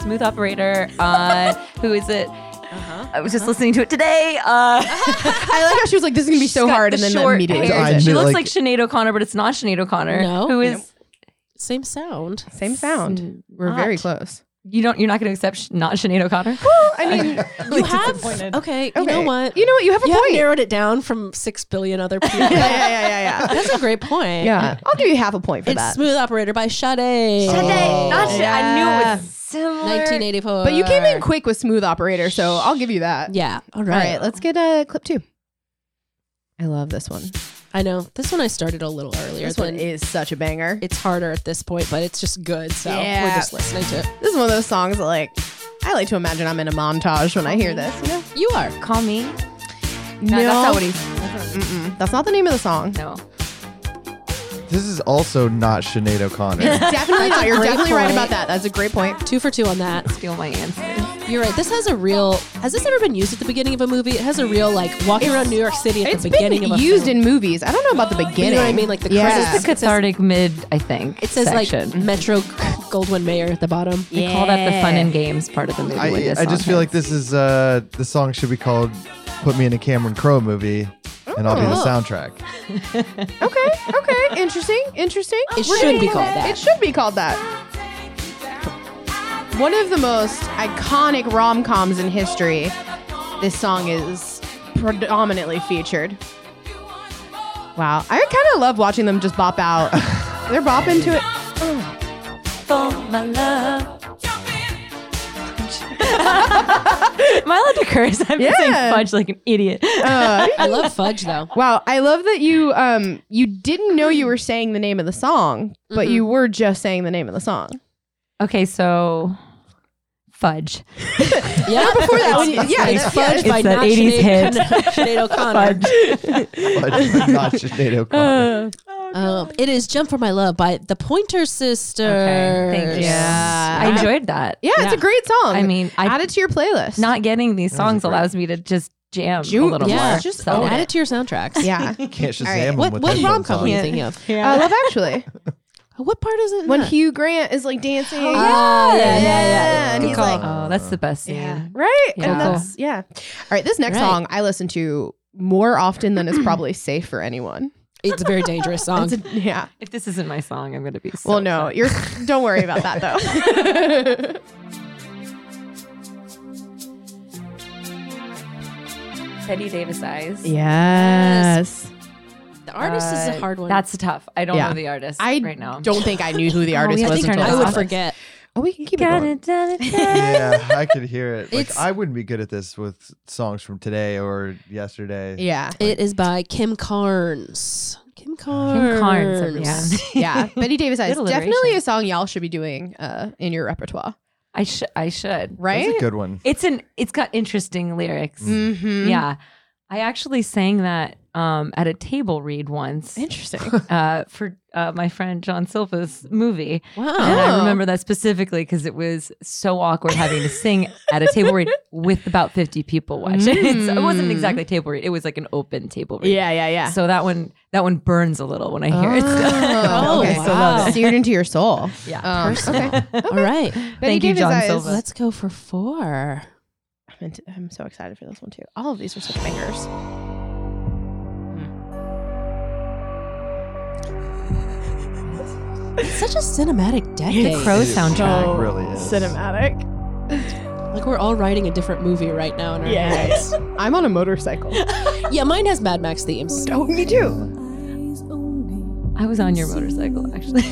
Speaker 5: Smooth operator. Uh who is it?
Speaker 3: Uh-huh.
Speaker 5: I was just listening to it today. Uh
Speaker 3: I like how she was like, this is going to be so
Speaker 5: got
Speaker 3: hard.
Speaker 5: the
Speaker 3: And then
Speaker 5: short
Speaker 3: immediately.
Speaker 5: hair.
Speaker 6: I
Speaker 3: did it.
Speaker 5: She
Speaker 6: knew-
Speaker 5: looks
Speaker 6: like-
Speaker 5: like, Sinead O'Connor, but it's not Sinead O'Connor.
Speaker 7: No.
Speaker 5: Who is
Speaker 7: Same sound.
Speaker 3: Same sound. We're very close.
Speaker 5: you don't you're not gonna accept Sh- not Sinead O'Connor?
Speaker 3: I mean,
Speaker 7: You have okay, You know
Speaker 3: okay.
Speaker 7: what?
Speaker 3: You know what? You have a
Speaker 7: You have
Speaker 3: point. yeah,
Speaker 7: narrowed it down from six billion other people.
Speaker 3: yeah, yeah, yeah, yeah.
Speaker 7: That's a great point.
Speaker 3: Yeah. I'll give you half a point for
Speaker 7: It's
Speaker 3: that.
Speaker 7: Smooth Operator by Sade.
Speaker 6: Oh.
Speaker 5: not Sinead. I knew
Speaker 3: Yeah.
Speaker 5: it was similar.
Speaker 7: 1984.
Speaker 3: But you came in quick with smooth operator, so I'll give you that.
Speaker 7: Yeah. All
Speaker 3: All
Speaker 7: right.
Speaker 3: right, let's get a uh, clip two. I love this one.
Speaker 7: I know. This one I started a little earlier.
Speaker 3: This one
Speaker 7: than-
Speaker 3: is such a banger.
Speaker 7: it's harder at this point, but it's just good. So we're
Speaker 3: Yeah.
Speaker 7: just listening to it.
Speaker 3: This is one of those songs that, like, I like to imagine I'm in a montage when I hear this. You know?
Speaker 7: You are.
Speaker 5: Call me. No, that's not what he's
Speaker 3: Mm-mm. That's not the name of the song.
Speaker 5: no.
Speaker 6: this is also not Sinead O'Connor.
Speaker 3: Definitely not. You're
Speaker 7: great
Speaker 3: definitely right
Speaker 7: point.
Speaker 3: about that. That's a great point.
Speaker 7: Two for two on that.
Speaker 5: Steal my answer.
Speaker 7: You're right. This has a real. Has this ever been used at the beginning of a movie? It has a real like walking around New York City at
Speaker 3: It's
Speaker 7: the beginning
Speaker 3: been
Speaker 7: of a
Speaker 3: used
Speaker 7: film.
Speaker 3: in movies. I don't know about the beginning.
Speaker 7: You know what I mean? Like the
Speaker 3: Yeah.
Speaker 7: credits.
Speaker 5: It's the cathartic mid, I think.
Speaker 7: It says
Speaker 5: section.
Speaker 7: like Metro Goldwyn Mayer at the bottom.
Speaker 5: They call that the fun and games part of the movie.
Speaker 6: I,
Speaker 5: when this
Speaker 6: I just
Speaker 5: song
Speaker 6: feel like
Speaker 5: hits.
Speaker 6: this is uh the song should be called "Put Me in a Cameron Crowe Movie," and I'll be the
Speaker 3: Oh.
Speaker 6: soundtrack.
Speaker 3: okay, okay, interesting, interesting.
Speaker 7: It should be called that.
Speaker 3: It should be called that. One of the most iconic rom coms in history. This song is predominantly featured. Wow, I kind of love watching them just bop out. They're bopping to it.
Speaker 5: Am I allowed to curse? I'm
Speaker 3: Yeah.
Speaker 5: saying fudge like an idiot.
Speaker 3: Uh,
Speaker 7: I love fudge though.
Speaker 3: wow, I love that you um you didn't know you were saying the name of the song, but you were just saying the name of the song.
Speaker 5: okay, so fudge.
Speaker 7: Yeah, before that
Speaker 3: one, yeah,
Speaker 7: it's
Speaker 3: yeah.
Speaker 7: fudge
Speaker 5: It's
Speaker 7: by
Speaker 5: that
Speaker 7: not
Speaker 5: 80s
Speaker 7: Sinead,
Speaker 5: hit.
Speaker 7: Sinead O'Connor.
Speaker 5: Fudge.
Speaker 6: But not Sinead O'Connor.
Speaker 7: Um, it is "Jump for My Love" by the Pointer Sisters.
Speaker 5: Okay, thank you.
Speaker 3: Yeah.
Speaker 5: I enjoyed that.
Speaker 3: Yeah, it's a great song.
Speaker 5: I mean, I
Speaker 3: add it to your playlist.
Speaker 5: not getting these songs allows me to just jam a little
Speaker 7: yeah,
Speaker 5: more.
Speaker 7: just
Speaker 5: so.
Speaker 7: Oh, add it to your soundtracks.
Speaker 3: yeah.
Speaker 6: Can't Shazam
Speaker 3: right.
Speaker 6: them
Speaker 7: What
Speaker 6: with
Speaker 7: what
Speaker 6: headphones
Speaker 7: rom com
Speaker 6: on.
Speaker 7: are you thinking of?
Speaker 3: I love actually.
Speaker 7: What part is it? in
Speaker 3: When
Speaker 7: that?
Speaker 3: Hugh Grant is like dancing.
Speaker 7: Oh,
Speaker 5: yeah, yeah, yeah,
Speaker 3: yeah. And
Speaker 5: Good
Speaker 3: he's
Speaker 5: call.
Speaker 3: like,
Speaker 5: oh, that's the best scene.
Speaker 3: right?
Speaker 5: Yeah.
Speaker 3: And that's yeah. All right, this next
Speaker 7: Right.
Speaker 3: song I listen to more often than is probably safe for anyone.
Speaker 7: it's a very dangerous song.
Speaker 3: It's a- yeah.
Speaker 5: If this isn't my song, I'm gonna be. So
Speaker 3: well, no,
Speaker 5: upset.
Speaker 3: you're. Don't worry about that though.
Speaker 5: Betty Davis eyes.
Speaker 3: yes.
Speaker 7: the artist is a
Speaker 5: Uh,
Speaker 7: hard one.
Speaker 5: That's tough. I don't
Speaker 3: Yeah.
Speaker 5: know the artist
Speaker 3: I
Speaker 5: right now.
Speaker 3: don't think I knew who the
Speaker 5: Oh, we
Speaker 3: artist
Speaker 5: have to
Speaker 3: was
Speaker 5: turn
Speaker 3: until
Speaker 5: it
Speaker 7: I
Speaker 3: this
Speaker 5: off.
Speaker 7: would
Speaker 3: process.
Speaker 7: forget.
Speaker 3: Oh, we can keep it going.
Speaker 6: yeah, I could hear it. Like
Speaker 7: It's-
Speaker 6: I wouldn't be good at this with songs from today or yesterday.
Speaker 3: Yeah,
Speaker 7: It is by Kim Carnes. Kim Carnes.
Speaker 5: Kim Carnes, everyone.
Speaker 3: yeah. Betty Davis eyes
Speaker 5: Good alliteration.
Speaker 3: definitely a song y'all should be doing uh, in your repertoire,
Speaker 5: I should. I should.
Speaker 6: That's
Speaker 3: right?
Speaker 6: a good one.
Speaker 5: It's an. It's got interesting lyrics.
Speaker 3: Mm-hmm.
Speaker 5: Yeah, I actually sang that um, at a table read once
Speaker 3: Interesting.
Speaker 5: uh, for uh, my friend John Silva's movie, and
Speaker 7: Wow.
Speaker 5: I
Speaker 3: Oh.
Speaker 5: remember that specifically because it was so awkward having to sing at a table read with about fifty people watching. It's, it wasn't
Speaker 3: Mm.
Speaker 5: exactly a table read; it was like an open table read.
Speaker 3: yeah, yeah, yeah.
Speaker 5: So that one, that one burns a little when I hear it.
Speaker 3: Oh,
Speaker 7: Oh,
Speaker 3: okay.
Speaker 7: wow.
Speaker 3: Seared into your soul.
Speaker 5: Yeah.
Speaker 3: Um, okay.
Speaker 7: All right.
Speaker 5: Thank you,
Speaker 3: Davis
Speaker 5: John
Speaker 3: eyes.
Speaker 5: Silva.
Speaker 7: Let's go for four.
Speaker 3: I'm, into- I'm so excited for this one too. All of these are such bangers.
Speaker 7: It's such a cinematic decade.
Speaker 5: Crow
Speaker 6: It is-
Speaker 5: soundtrack.
Speaker 6: It really is.
Speaker 3: Cinematic.
Speaker 7: Like we're all writing a different movie right now in our
Speaker 3: Yeah.
Speaker 7: heads.
Speaker 3: I'm on a motorcycle.
Speaker 7: Yeah, mine has Mad Max themes.
Speaker 3: oh, me too.
Speaker 5: I was on your motorcycle, actually.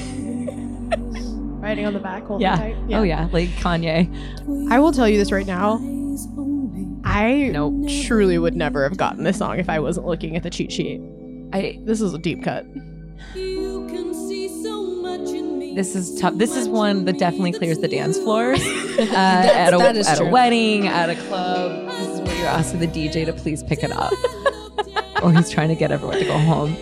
Speaker 3: Riding on the back. holding
Speaker 5: yeah.
Speaker 3: tight.
Speaker 5: Oh yeah, like Kanye.
Speaker 3: I will tell you this right now. I
Speaker 5: Nope.
Speaker 3: truly would never have gotten this song if I wasn't looking at the cheat sheet.
Speaker 5: I.
Speaker 3: This is a deep cut.
Speaker 5: This is tough. This is one that definitely clears the dance floors uh, at, a,
Speaker 7: that is
Speaker 5: at a
Speaker 7: true.
Speaker 5: wedding, at a club. This is where you're asking the DJ to please pick it up, or he's trying to get everyone to go home.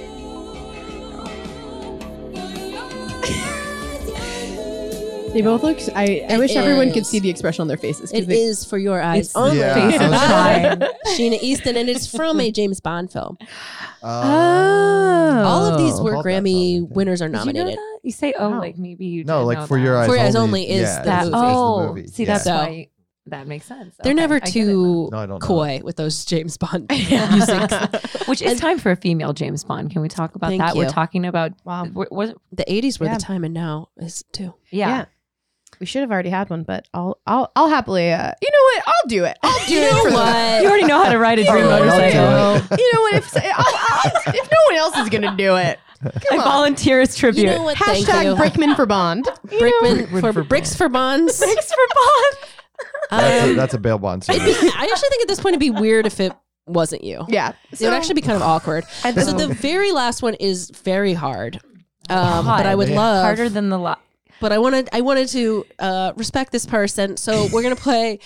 Speaker 3: They both look. I, I
Speaker 7: It
Speaker 3: wish everyone could
Speaker 7: is.
Speaker 3: see the expression on their faces. 'cause
Speaker 7: It
Speaker 3: they-
Speaker 7: is for your eyes.
Speaker 5: It's on
Speaker 6: Yeah,
Speaker 5: my face.
Speaker 6: I was
Speaker 5: I'm trying.
Speaker 7: Sheena Easton, and it's from a James Bond film.
Speaker 6: Uh,
Speaker 7: All
Speaker 3: Oh.
Speaker 7: of these were
Speaker 6: Called that song, I
Speaker 7: Grammy
Speaker 6: think.
Speaker 7: winners are
Speaker 5: Did you know
Speaker 7: nominated.
Speaker 5: that? You say, oh,
Speaker 3: No.
Speaker 5: like maybe you.
Speaker 6: no,
Speaker 5: didn't
Speaker 6: like
Speaker 5: know
Speaker 6: for
Speaker 5: that.
Speaker 6: your eyes.
Speaker 7: For Your Eyes
Speaker 6: only
Speaker 7: Only is
Speaker 6: yeah,
Speaker 7: the
Speaker 5: That
Speaker 6: is
Speaker 7: movie.
Speaker 5: oh,
Speaker 6: movie.
Speaker 5: see,
Speaker 6: Yeah.
Speaker 5: that's
Speaker 7: So-
Speaker 5: why that makes sense.
Speaker 7: They're
Speaker 5: Okay, I
Speaker 7: never
Speaker 5: get it
Speaker 7: too
Speaker 6: No, I don't know.
Speaker 7: coy with those James Bond music.
Speaker 5: now. Which is time for a female James Bond. Can we talk about
Speaker 7: Thank
Speaker 5: that? We're
Speaker 7: you.
Speaker 5: talking about.
Speaker 3: Wow.
Speaker 5: we're- we're-
Speaker 7: The 80s were
Speaker 3: Yeah.
Speaker 7: the time, and now is too.
Speaker 5: yeah.
Speaker 3: Yeah. We should have already had one, but I'll I'll I'll happily. Uh, you know what? I'll do it. I'll do
Speaker 7: You
Speaker 3: it
Speaker 7: know
Speaker 3: for the-
Speaker 7: what?
Speaker 5: You already know how to ride a dream
Speaker 6: I'll do
Speaker 5: motorcycle.
Speaker 6: it.
Speaker 3: you know what? If I'll, I'll, if no one else is gonna do it,
Speaker 5: I
Speaker 3: come on.
Speaker 5: volunteer as tribute.
Speaker 7: You know what? Thank you.
Speaker 3: Hashtag Brickman for Bond.
Speaker 7: Brickman
Speaker 6: Brickman
Speaker 7: for,
Speaker 6: for
Speaker 7: bricks for bonds.
Speaker 5: Thanks for Bond.
Speaker 6: That's, a,
Speaker 7: Um,
Speaker 6: that's a bail bond.
Speaker 7: it'd
Speaker 6: service.
Speaker 7: be- I actually think at this point it'd be weird if it wasn't you.
Speaker 3: Yeah.
Speaker 7: it would actually be kind of awkward. so the very last one is very hard. Um, but I would
Speaker 6: Yeah.
Speaker 7: love
Speaker 5: Harder than the lot.
Speaker 7: but I wanted I wanted to uh, respect this person. So we're gonna play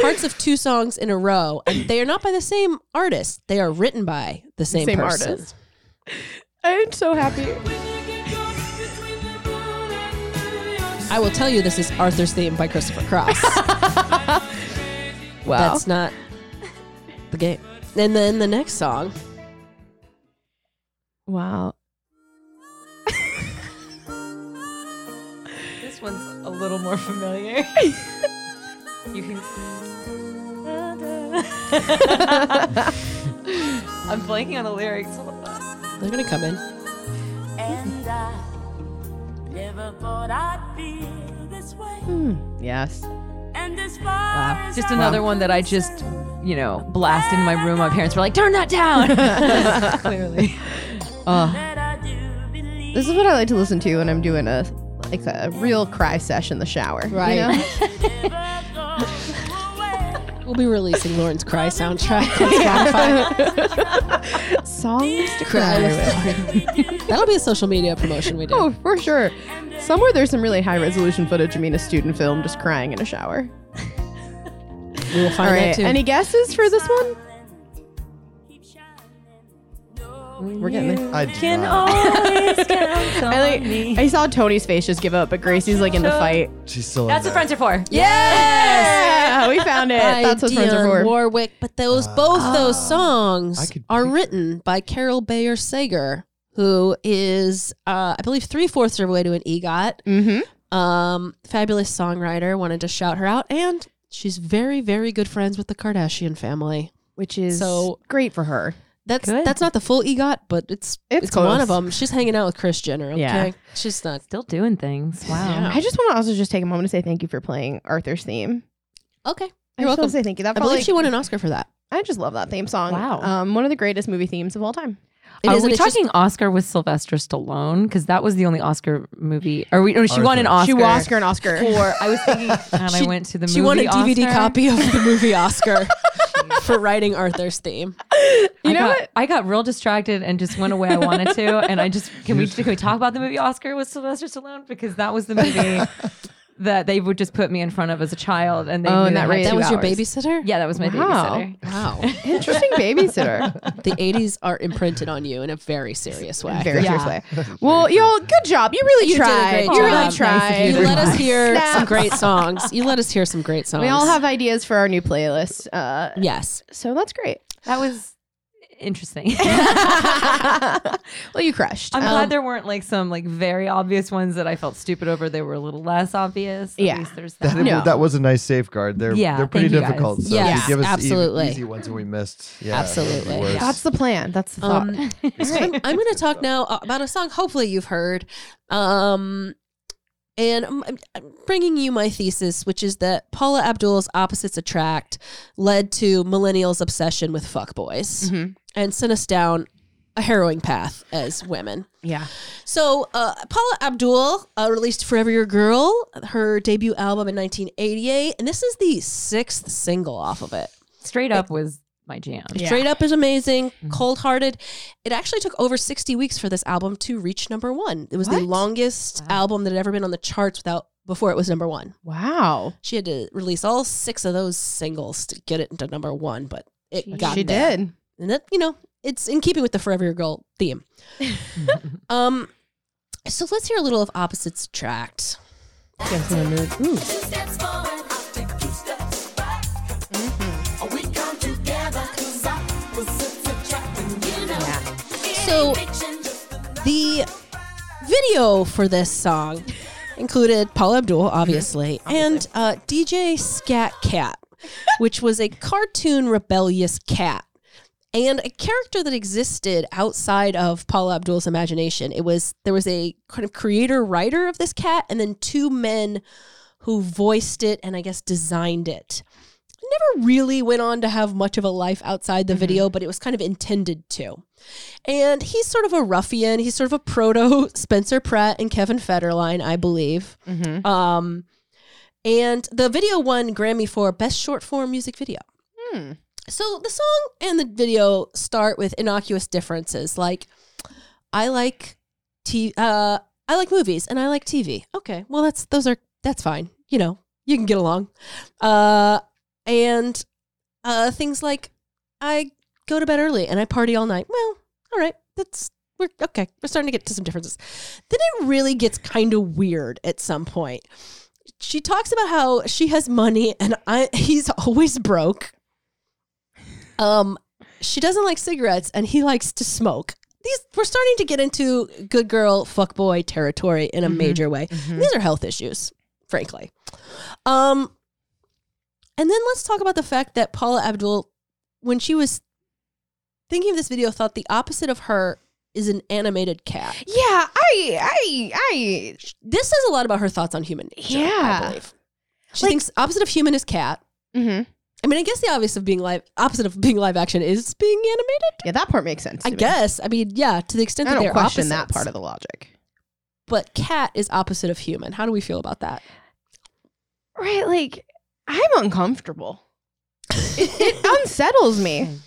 Speaker 7: parts of two songs in a row, and they are not by the same artist. They are written by the same,
Speaker 3: Same
Speaker 7: person.
Speaker 3: artist. I'm so happy.
Speaker 7: I will tell you, this is Arthur's theme by Christopher Cross.
Speaker 3: Wow.
Speaker 7: That's
Speaker 2: Oh.
Speaker 7: not the game. And then the next song.
Speaker 3: wow.
Speaker 5: This one's a little more familiar. you can. I'm blanking on the lyrics.
Speaker 7: They're gonna come in.
Speaker 2: And I never thought I'd feel this way.
Speaker 3: Yes.
Speaker 2: And as far as
Speaker 5: Just
Speaker 2: I'm
Speaker 5: another one that I just, you know, blast in my room. My parents were like, "Turn that down." Clearly,
Speaker 7: Uh.
Speaker 2: that I do believe.
Speaker 3: This is what I like to listen to when I'm doing a like a real cry sesh in the shower.
Speaker 7: Right.
Speaker 3: You know?
Speaker 7: We'll be releasing Lauren's Cry soundtrack on Spotify.
Speaker 3: Songs to
Speaker 7: Cry
Speaker 3: cry with.
Speaker 7: with Lauren. That'll be a social media promotion we do.
Speaker 3: Oh, for sure. Somewhere there's some really high resolution footage of me in a student film just crying in a shower.
Speaker 7: we will
Speaker 3: All
Speaker 7: find that
Speaker 3: right.
Speaker 7: too.
Speaker 3: Any guesses for this one?
Speaker 2: Keep shining. No
Speaker 7: We're getting there.
Speaker 6: I
Speaker 2: Can
Speaker 6: love-
Speaker 2: always count on
Speaker 3: I like.
Speaker 2: me.
Speaker 3: I saw Tony's face just give up, but Gracie's like in the fight.
Speaker 6: She's still. in
Speaker 5: That's what
Speaker 6: there.
Speaker 5: friends are for.
Speaker 3: Yeah, we found it.
Speaker 7: By
Speaker 3: That's what friends are
Speaker 7: Dionne
Speaker 3: for.
Speaker 7: Warwick, but those both those
Speaker 6: Uh, I
Speaker 7: songs
Speaker 6: could
Speaker 7: are
Speaker 6: picture-
Speaker 7: written by Carol Bayer Sager, who is uh, I believe three fourths of the way to an EGOT.
Speaker 3: Mm-hmm.
Speaker 7: Um, fabulous songwriter. Wanted to shout her out, and she's very very good friends with the Kardashian family.
Speaker 3: Which is
Speaker 7: So-
Speaker 3: great for her.
Speaker 7: That's
Speaker 5: Good.
Speaker 7: that's not the full EGOT, but it's
Speaker 3: It's
Speaker 7: it's, one
Speaker 3: close.
Speaker 7: of them. She's hanging out with Chris Jenner. Okay,
Speaker 3: Yeah. Um,
Speaker 7: she's not.
Speaker 5: Still doing things. Wow.
Speaker 7: Yeah.
Speaker 3: I just want to also just take a moment to say thank you for playing Arthur's theme.
Speaker 7: Okay,
Speaker 3: I
Speaker 7: you're
Speaker 3: just
Speaker 7: welcome.
Speaker 3: want to say thank you. That
Speaker 7: I
Speaker 3: felt
Speaker 7: believe
Speaker 3: like-
Speaker 7: she won an Oscar for that.
Speaker 3: I just love that theme song.
Speaker 5: Wow.
Speaker 3: Um, one of the greatest movie themes of all time.
Speaker 7: It
Speaker 5: are
Speaker 7: is, and
Speaker 5: we
Speaker 7: it's just-
Speaker 5: talking Oscar with Sylvester Stallone? Because that was the only Oscar movie. Or we? No, she won an Oscar.
Speaker 3: She won Oscar and Oscar.
Speaker 5: for. I was thinking, and
Speaker 7: She-
Speaker 5: I went to the.
Speaker 7: she won
Speaker 5: movie
Speaker 7: a DVD
Speaker 5: Oscar.
Speaker 7: copy of the movie Oscar for writing Arthur's theme.
Speaker 5: You I
Speaker 3: know
Speaker 5: got,
Speaker 3: what?
Speaker 5: I got real distracted and just went away. I wanted to, and I just can we can we talk about the movie Oscar with Sylvester Stallone because that was the movie that they would just put me in front of as a child, and they
Speaker 3: Oh,
Speaker 5: knew
Speaker 3: and that
Speaker 5: I had
Speaker 3: raised
Speaker 7: That
Speaker 5: two
Speaker 7: was your
Speaker 5: hours.
Speaker 7: babysitter?
Speaker 5: Yeah, that was my
Speaker 3: Wow.
Speaker 5: babysitter.
Speaker 7: Wow.
Speaker 3: Interesting babysitter.
Speaker 7: the 80s are imprinted on you in a very serious way.
Speaker 3: Very
Speaker 5: Yeah.
Speaker 3: seriously. Well, y'all, good job. You really
Speaker 7: You did a
Speaker 3: tried.
Speaker 7: great
Speaker 3: you
Speaker 7: job.
Speaker 3: really
Speaker 7: Nice of
Speaker 3: tried.
Speaker 7: you let us hear
Speaker 3: Snap.
Speaker 7: some great songs. You let us hear some great songs.
Speaker 3: We all have ideas for our new playlist. Uh,
Speaker 7: Yes.
Speaker 3: so that's great.
Speaker 5: That was interesting.
Speaker 3: well, you crushed.
Speaker 5: I'm
Speaker 3: Um,
Speaker 5: glad there weren't like some like very obvious ones that I felt stupid over. They were a little less obvious. At
Speaker 3: Yeah.
Speaker 5: least there's that.
Speaker 6: That,
Speaker 3: No.
Speaker 6: that was a nice safeguard. They're
Speaker 5: Yeah,
Speaker 6: they're pretty
Speaker 5: thank you guys.
Speaker 6: difficult. So
Speaker 7: Yes,
Speaker 6: to give us e-
Speaker 7: absolutely.
Speaker 6: easy ones that we missed. Yeah,
Speaker 7: Absolutely.
Speaker 6: that was the
Speaker 3: That's
Speaker 6: worst.
Speaker 3: the plan. That's the thought.
Speaker 7: Um, so I'm, I'm going to talk now uh, about a song hopefully you've heard. Um, and I'm, I'm- I'm bringing you my thesis, which is that Paula Abdul's Opposites Attract led to millennials' obsession with fuckboys
Speaker 3: Mhm.
Speaker 7: and sent us down a harrowing path as women.
Speaker 3: yeah.
Speaker 7: So, uh, Paula Abdul uh, released Forever Your Girl, her debut album in 1988, and this is the sixth single off of it.
Speaker 5: Straight up was my jam.
Speaker 7: Straight Up is amazing,
Speaker 5: Mm-hmm.
Speaker 7: cold hearted. It actually took over 60 weeks for this album to reach number one. It was the
Speaker 5: What?
Speaker 7: longest album that had ever been on the charts without before it was number one.
Speaker 3: Wow.
Speaker 7: She had to release all six of those singles to get it into number one, but it
Speaker 5: Jeez.
Speaker 7: got
Speaker 3: she
Speaker 7: there.
Speaker 3: did.
Speaker 7: And that, you know, it's in keeping with the Forever Your Girl theme. um, so let's hear a little of Opposites Attract.
Speaker 2: Two steps forward, I'll take two steps back. We come together 'cause opposites attract, and you know it
Speaker 7: So-
Speaker 2: ain't fiction, just the
Speaker 7: The video for this song included Paul Abdul, obviously, and uh, DJ Scat Cat, which was a cartoon rebellious cat. And a character that existed outside of Paul Abdul's imagination. It was there was a kind of creator writer of this cat, and then two men who voiced it and I guess designed it. Never really went on to have much of a life outside the video, but it was kind of intended to. And he's sort of a ruffian. He's sort of a proto Spencer Pratt and Kevin Federline, I believe. Um, and the video won Grammy for Best Short Form Music Video. So the song and the video start with innocuous differences, like I like t uh, I like movies and I like TV. Okay, well that's those are that's fine. You know, you can get along. Uh, and uh, things like I go to bed early and I party all night. Well, all right, that's we're okay. We're starting to get to some differences. Then it really gets kind of weird at some point. She talks about how she has money and I he's always broke. Um, she doesn't like cigarettes and he likes to smoke. These we're starting to get into good girl fuck boy territory in a major way. These are health issues, frankly. Um, and then let's talk about the fact that Paula Abdul, when she was thinking of this video, thought the opposite of her is an animated cat.
Speaker 3: Yeah. I. I. I.
Speaker 7: This says a lot about her thoughts on human nature. I
Speaker 3: Yeah.
Speaker 7: believe she thinks opposite of human is cat.
Speaker 3: hmm
Speaker 7: I mean, I guess the obvious of being live opposite of being live action is being animated.
Speaker 3: Yeah. That part makes sense.
Speaker 7: I
Speaker 3: to me.
Speaker 7: guess. I mean, yeah, to the extent
Speaker 3: I
Speaker 7: that
Speaker 3: don't
Speaker 7: they're
Speaker 3: question
Speaker 7: opposites.
Speaker 3: that part of the logic.
Speaker 7: But cat is opposite of human. How do we feel about that?
Speaker 3: Right. Like I'm uncomfortable. it, it unsettles me.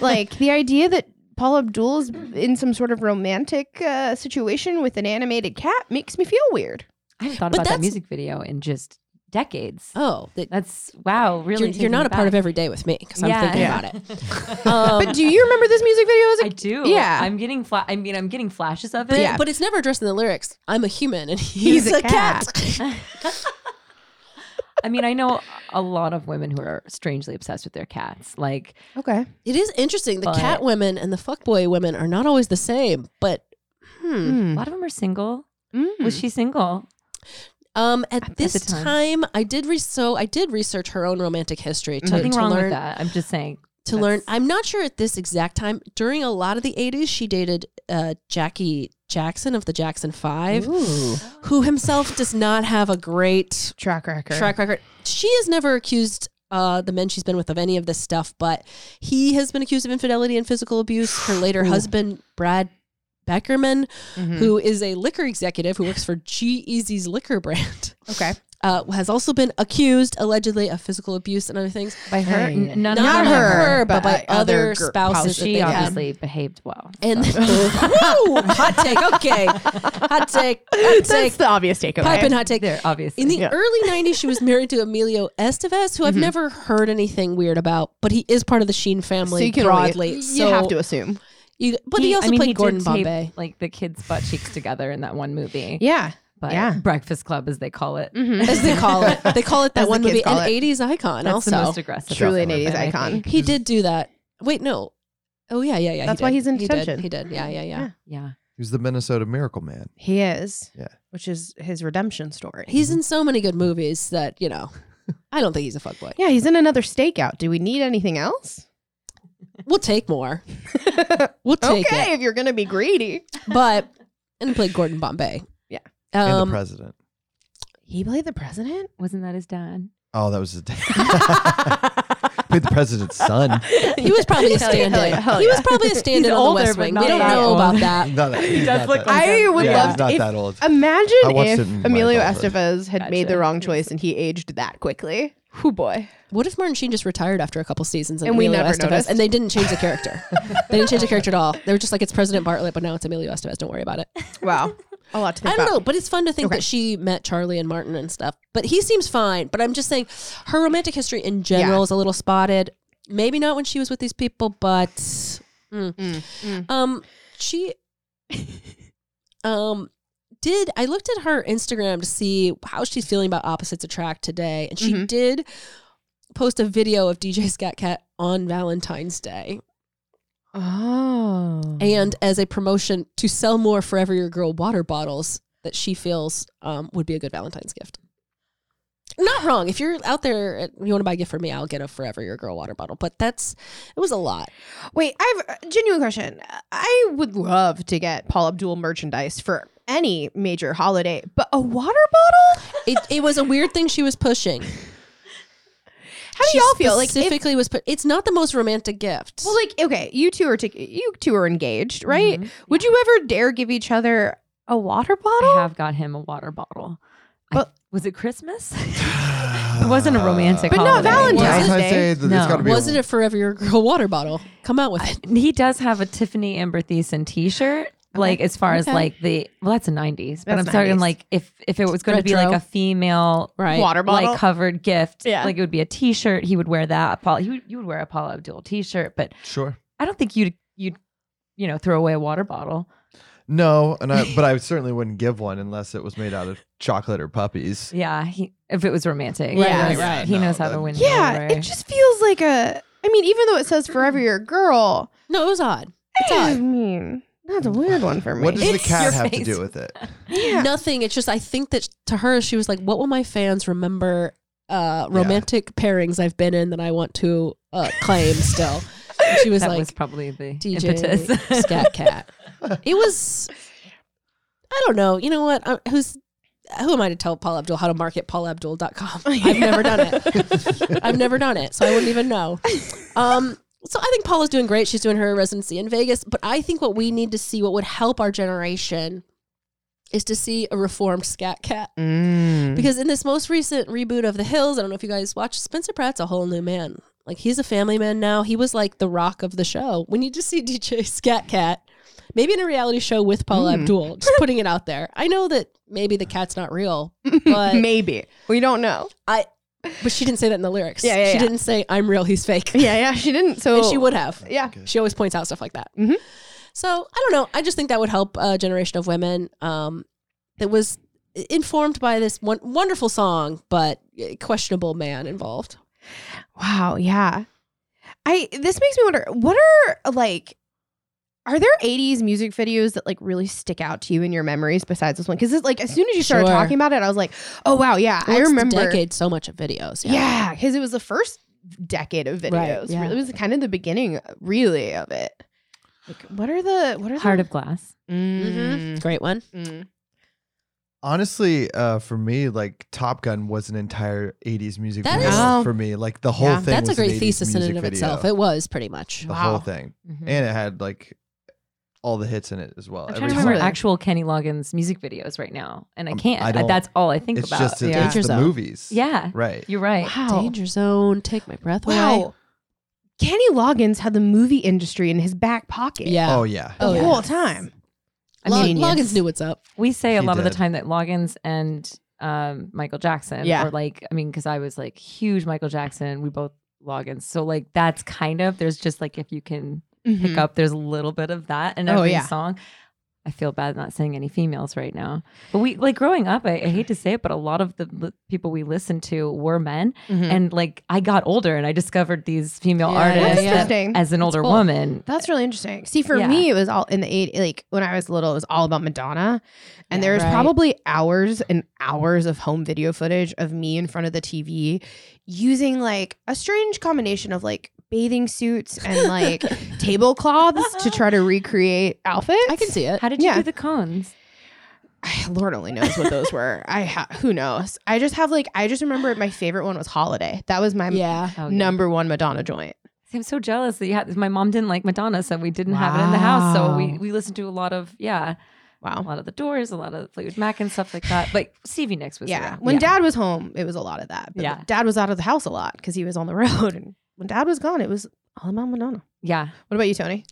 Speaker 3: like the idea that Paul Abdul is in some sort of romantic uh, situation with an animated cat makes me feel weird.
Speaker 5: I hadn't thought
Speaker 7: But
Speaker 5: about that
Speaker 7: that's-
Speaker 5: music video in just decades.
Speaker 7: Oh, that,
Speaker 5: That's wow, really.
Speaker 7: you're, you're not a part of every day with me because I'm thinking
Speaker 5: Yeah.
Speaker 7: about it.
Speaker 5: it.
Speaker 7: Um,
Speaker 3: But do you remember this music video? As a-
Speaker 5: I do.
Speaker 3: Yeah.
Speaker 5: I'm getting fla- I mean, I'm getting flashes of it.
Speaker 7: But, but it's never addressed in the lyrics. I'm a human and he's, a, cat.
Speaker 5: I mean, I know a lot of women who are strangely obsessed with their cats. Like,
Speaker 3: okay.
Speaker 7: It is interesting. The
Speaker 5: But-
Speaker 7: cat women and the fuckboy women are not always the same, but hmm.
Speaker 5: a lot of them are single. Was
Speaker 3: Mm.
Speaker 5: she single?
Speaker 7: Um,
Speaker 5: At-
Speaker 7: at,
Speaker 5: at
Speaker 7: this
Speaker 5: the time.
Speaker 7: time. I did re- so I did research her own romantic history to,
Speaker 5: Nothing
Speaker 7: to
Speaker 5: wrong
Speaker 7: learn
Speaker 5: with that. I'm just saying.
Speaker 7: to learn.
Speaker 5: That's-
Speaker 7: I'm not sure at this exact time. During a lot of the 80s, she dated uh, Jackie Jackson of the Jackson Five, who himself does not have a great
Speaker 3: Track record.
Speaker 7: track record. She has never accused uh, the men she's been with of any of this stuff, but he has been accused of infidelity and physical abuse. Her later husband, Brad Beckerman,
Speaker 3: Mhm.
Speaker 7: who is a liquor executive who works for G Easy's liquor brand,
Speaker 3: Okay.
Speaker 7: uh, has also been accused allegedly of physical abuse and other things.
Speaker 5: by her.
Speaker 3: Hey.
Speaker 5: n- none
Speaker 7: Not
Speaker 5: of them are-
Speaker 7: her, but by
Speaker 3: gir-
Speaker 7: other spouses
Speaker 5: So
Speaker 7: that
Speaker 5: she
Speaker 7: they had.
Speaker 5: obviously behaved well.
Speaker 7: And Woo! hot take, okay, hot take, hot
Speaker 3: That's
Speaker 7: take,
Speaker 3: the obvious takeaway.
Speaker 7: pipe and hot take.
Speaker 5: There, obviously.
Speaker 7: In the
Speaker 3: Yeah.
Speaker 7: early 90s, she was married to Emilio Estevez, who I've never heard anything weird about, but he is part of the Sheen
Speaker 3: so
Speaker 7: family
Speaker 3: you can
Speaker 7: broadly.
Speaker 3: Only, you
Speaker 7: so
Speaker 3: have to assume.
Speaker 7: you- but he,
Speaker 5: I
Speaker 7: also
Speaker 5: mean,
Speaker 7: played
Speaker 5: he did
Speaker 7: Gordon
Speaker 5: tape,
Speaker 7: Bombay.
Speaker 5: Like the kids' butt cheeks together in that one movie.
Speaker 3: Yeah.
Speaker 5: But
Speaker 3: yeah.
Speaker 5: Breakfast Club, as they call
Speaker 7: Mm,
Speaker 5: it.
Speaker 3: Mm-hmm.
Speaker 7: As they call it, they call it
Speaker 3: As
Speaker 7: that
Speaker 3: the
Speaker 7: one
Speaker 3: kids
Speaker 7: movie,
Speaker 3: call
Speaker 7: an
Speaker 3: it.
Speaker 7: 80s icon.
Speaker 5: That's
Speaker 7: also,
Speaker 5: the most aggressive.
Speaker 3: Truly an
Speaker 5: element,
Speaker 3: 80s
Speaker 5: I think.
Speaker 3: icon.
Speaker 7: he did do that. Wait, no. Oh yeah, yeah, yeah. he
Speaker 3: That's why
Speaker 7: did.
Speaker 3: he's in
Speaker 7: he
Speaker 3: detention.
Speaker 7: Did. He did. Yeah, yeah, yeah,
Speaker 3: Yeah.
Speaker 5: Yeah.
Speaker 6: He's the Minnesota Miracle Man.
Speaker 3: He is.
Speaker 6: Yeah.
Speaker 3: Which is his redemption story.
Speaker 7: He's in so many good movies that you know. I don't think he's a fuckboy.
Speaker 3: yeah, he's in another stakeout. Do we need anything else?
Speaker 7: We'll take more. We'll take
Speaker 3: okay,
Speaker 7: it.
Speaker 3: if you're gonna be greedy.
Speaker 7: But and he played Gordon Bombay.
Speaker 3: Yeah.
Speaker 6: and the
Speaker 7: Um,
Speaker 6: president.
Speaker 3: He played the president?
Speaker 5: Wasn't that his dad?
Speaker 6: Oh, that was his dad. With the president's son.
Speaker 7: he was probably a
Speaker 3: Hell yeah,
Speaker 7: stand-in.
Speaker 3: hell yeah, hell
Speaker 7: He was
Speaker 3: yeah.
Speaker 7: probably a stand-in on
Speaker 5: older,
Speaker 7: the West
Speaker 5: but
Speaker 7: Wing.
Speaker 5: not
Speaker 7: We don't
Speaker 5: that
Speaker 7: know
Speaker 5: old.
Speaker 7: about that.
Speaker 6: Not that,
Speaker 5: He
Speaker 6: he's
Speaker 5: does
Speaker 6: not
Speaker 5: look
Speaker 6: that-
Speaker 5: like
Speaker 3: I
Speaker 5: him.
Speaker 3: would
Speaker 6: yeah,
Speaker 3: love
Speaker 6: he's
Speaker 3: to
Speaker 6: not
Speaker 3: if-
Speaker 6: that old.
Speaker 3: Imagine
Speaker 6: I watched
Speaker 3: if
Speaker 6: it in my
Speaker 3: Emilio
Speaker 6: childhood.
Speaker 3: Estevez had made the
Speaker 5: Gotcha.
Speaker 3: wrong choice and he aged that quickly. Whoo boy.
Speaker 7: What if Martin Sheen just retired after a couple seasons and,
Speaker 3: And we
Speaker 7: Emilio
Speaker 3: never
Speaker 7: Estevez,
Speaker 3: noticed?
Speaker 7: and they didn't change the character? they didn't change the character at all. They were just like it's President Bartlett, but now it's Emilio Estevez. Don't worry about it.
Speaker 3: Wow. A lot to think
Speaker 7: I don't
Speaker 3: about.
Speaker 7: know, but it's fun to think
Speaker 3: Okay.
Speaker 7: that she met Charlie and Martin and stuff. But he seems fine. But I'm just saying, her romantic history in general
Speaker 3: Yeah.
Speaker 7: is a little spotted. Maybe not when she was with these people, but
Speaker 3: Mm,
Speaker 7: mm.
Speaker 3: mm.
Speaker 7: um, she um did I looked at her Instagram to see how she's feeling about opposites attract today, and she
Speaker 3: Mhm.
Speaker 7: did post a video of DJ Scat Cat on Valentine's Day,
Speaker 3: Oh.
Speaker 7: and as a promotion to sell more Forever Your Girl water bottles that she feels um, would be a good Valentine's gift. Not wrong. If you're out there, and you want to buy a gift for me, I'll get a Forever Your Girl water bottle. But that's it was a lot.
Speaker 3: Wait, I have a genuine question. I would love to get Paul Abdul merchandise for any major holiday, but a water bottle?
Speaker 7: It, it was a weird thing she was pushing.
Speaker 3: How do
Speaker 7: She
Speaker 3: y'all feel? Like, if,
Speaker 7: specifically was. Put, it's not the most romantic gift.
Speaker 3: well, like, okay, you two are t- you two are engaged,
Speaker 7: Mm-hmm.
Speaker 3: right? Would you ever dare give each other a water bottle?
Speaker 7: Oh.
Speaker 5: I have got him a water bottle. I-
Speaker 3: But-
Speaker 5: was it Christmas? it um, wasn't a romantic
Speaker 3: But not
Speaker 5: holiday.
Speaker 3: Valentine's
Speaker 6: Valentine's
Speaker 3: Day.
Speaker 6: Day. th- It's
Speaker 5: No.
Speaker 6: got to be.
Speaker 7: was
Speaker 6: a,
Speaker 7: it a forever your girl water bottle? Come out with it.
Speaker 5: He does have a Tiffany Amber Thiessen T-shirt. Like as far as
Speaker 7: Okay.
Speaker 5: like the well, that's a '90s, but
Speaker 3: That's
Speaker 5: I'm talking
Speaker 3: 90s.
Speaker 5: like if if it was going to be
Speaker 7: Retro.
Speaker 5: like a female
Speaker 7: Right.
Speaker 3: Water bottle.
Speaker 5: like covered gift,
Speaker 3: Yeah.
Speaker 5: like it would be a T-shirt. He would wear that. Apollo, he would, you would wear a Paula Abdul T-shirt, but
Speaker 6: sure.
Speaker 5: I don't think you'd you'd you know throw away a water bottle.
Speaker 6: No, and I, but I certainly wouldn't give one unless it was made out of chocolate or puppies.
Speaker 5: Yeah, he, if it was romantic,
Speaker 7: Right,
Speaker 5: he
Speaker 7: right,
Speaker 5: knows,
Speaker 7: right.
Speaker 5: He
Speaker 6: No,
Speaker 5: knows how to
Speaker 6: that-
Speaker 5: win. you
Speaker 3: yeah,
Speaker 5: over.
Speaker 3: it just feels like a. I mean, even though it says "Forever Your Girl,"
Speaker 7: No, Mm. it Mm. was odd. It's
Speaker 3: I
Speaker 7: odd.
Speaker 3: mean, that's a weird one for me.
Speaker 6: What does the
Speaker 5: It's your
Speaker 6: cat have to
Speaker 5: face.
Speaker 6: do with it?
Speaker 3: yeah.
Speaker 7: Nothing. It's just I think that to her she was like, "What will my fans remember? Uh, romantic pairings I've been in that I want to uh, claim still." And she was
Speaker 5: that
Speaker 7: like,
Speaker 5: was probably the
Speaker 7: "DJ
Speaker 5: impetus.
Speaker 7: Scat Cat." It was. I don't know. You know what? Uh, who's who am I to tell Paul Abdul how to market paulabdul.com? I've never done it. I've never done it, so I wouldn't even know. Um, so I think Paula's doing great. She's doing her residency in Vegas, but I think what we need to see, what would help our generation, is to see a reformed scat cat.
Speaker 3: Mm.
Speaker 7: Because in this most recent reboot of The Hills, I don't know if you guys watched, Spencer Pratt's a whole new man. Like he's a family man now. He was like the rock of the show. We need to see DJ Scat Cat Maybe in a reality show with Paula
Speaker 3: Mm.
Speaker 7: Abdul. Just putting it out there. I know that maybe the cat's not real, but
Speaker 3: Maybe. We don't know.
Speaker 7: but she didn't say that in the lyrics.
Speaker 3: Yeah, yeah,
Speaker 7: she
Speaker 3: yeah.
Speaker 7: didn't say I'm real, he's fake.
Speaker 3: Yeah, yeah, she didn't. So
Speaker 7: and she would have.
Speaker 3: Yeah.
Speaker 7: She always points out stuff like that.
Speaker 3: Mhm.
Speaker 7: So I don't know. I just think that would help a generation of women um, that was informed by this one wonderful song, but eh, questionable man involved.
Speaker 3: Wow, yeah. I this makes me wonder what are like are there 80s music videos that like really stick out to you in your memories besides this one? Because like as soon as you started
Speaker 7: Sure.
Speaker 3: talking about it, I was like, oh wow, yeah, I
Speaker 7: It's the
Speaker 3: remember.
Speaker 7: decade so much of videos.
Speaker 3: Yeah, because it was the first decade of videos.
Speaker 7: Right, yeah.
Speaker 3: Really, it was kind of the beginning, really, of it. Like, what are the what are
Speaker 5: Heart
Speaker 3: the,
Speaker 5: of glass.
Speaker 7: Mhm.
Speaker 3: Mm,
Speaker 7: Great one.
Speaker 3: mm.
Speaker 6: Honestly, uh, for me, like Top Gun was an entire '80s music
Speaker 7: That
Speaker 6: video
Speaker 3: is- Oh.
Speaker 6: for me. Like the whole
Speaker 3: Yeah.
Speaker 6: thing.
Speaker 7: That's a
Speaker 6: was an
Speaker 7: great
Speaker 6: 80s
Speaker 7: thesis in and
Speaker 6: music
Speaker 7: of
Speaker 6: video.
Speaker 7: itself. It was pretty much.
Speaker 6: the
Speaker 3: Wow.
Speaker 6: whole thing, and it had like all the hits in it as well.
Speaker 5: Mm. I'm
Speaker 6: Every
Speaker 5: trying to remember
Speaker 6: song.
Speaker 5: actual Kenny Loggins music videos right now, and I
Speaker 6: Um,
Speaker 5: can't.
Speaker 6: I
Speaker 5: I
Speaker 6: don't-
Speaker 5: that's all I think
Speaker 6: It's
Speaker 5: about.
Speaker 6: just
Speaker 3: yeah.
Speaker 6: it's the
Speaker 7: Danger Zone.
Speaker 6: movies.
Speaker 5: yeah,
Speaker 6: Right.
Speaker 5: you're right.
Speaker 3: Wow.
Speaker 7: Danger zone. Take my breath away.
Speaker 3: Wow. Kenny Loggins had the movie industry in his back pocket
Speaker 7: Yeah.
Speaker 6: Oh yeah.
Speaker 3: the
Speaker 7: Oh, yeah.
Speaker 3: whole time.
Speaker 5: I
Speaker 7: Log-
Speaker 5: mean,
Speaker 7: Loggins knew what's up.
Speaker 5: we say a
Speaker 6: He
Speaker 5: lot of
Speaker 6: did.
Speaker 5: the time that Loggins and um, Michael Jackson,
Speaker 3: Yeah.
Speaker 5: or like, I mean, because I was like huge Michael Jackson. We both Loggins, so like that's kind of there's just like if you can pick
Speaker 7: Mm-hmm.
Speaker 3: Mhm.
Speaker 5: up, there's a little bit of that in
Speaker 3: Oh,
Speaker 5: every
Speaker 3: yeah.
Speaker 5: song. I feel bad not saying any females right now, but we like growing up. I, I hate to say it, but a lot of the li- people we listened to were men,
Speaker 7: Mm-hmm.
Speaker 3: Mhm.
Speaker 5: and like I got older and I discovered these female
Speaker 7: Yeah,
Speaker 5: artists
Speaker 7: That's
Speaker 5: that-
Speaker 3: interesting.
Speaker 5: as an older
Speaker 7: cool.
Speaker 5: woman.
Speaker 3: That's really interesting. See, for
Speaker 5: Yeah.
Speaker 3: me, it was all in the eight. Like when I was little, it was all about Madonna, and
Speaker 7: Yeah.
Speaker 3: there was
Speaker 7: Right.
Speaker 3: probably hours and hours of home video footage of me in front of the TV, using like a strange combination of like bathing suits and like tablecloths to try to recreate outfits.
Speaker 7: I can see it.
Speaker 5: How did you
Speaker 3: Yeah.
Speaker 5: do the cones?
Speaker 3: Lord only knows what those were. I ha- who knows. I just have like I just remember my favorite one was Holiday. That was my
Speaker 7: yeah.
Speaker 5: Oh, yeah.
Speaker 3: number one Madonna joint.
Speaker 5: I'm so jealous that you had. My mom didn't like Madonna, so we didn't have it in the house. So we
Speaker 3: Wow. Oh.
Speaker 5: we listened to a lot of yeah, a
Speaker 3: Wow.
Speaker 5: lot of the Doors, a lot of Fleetwood Mac and stuff like that. But Stevie Nicks was
Speaker 3: yeah
Speaker 5: around.
Speaker 3: when dad was home it was a lot of that but
Speaker 5: Yeah.
Speaker 3: dad was out of the house a lot because he was on the road and when dad was gone it was all about madonna
Speaker 5: yeah
Speaker 3: what about you tony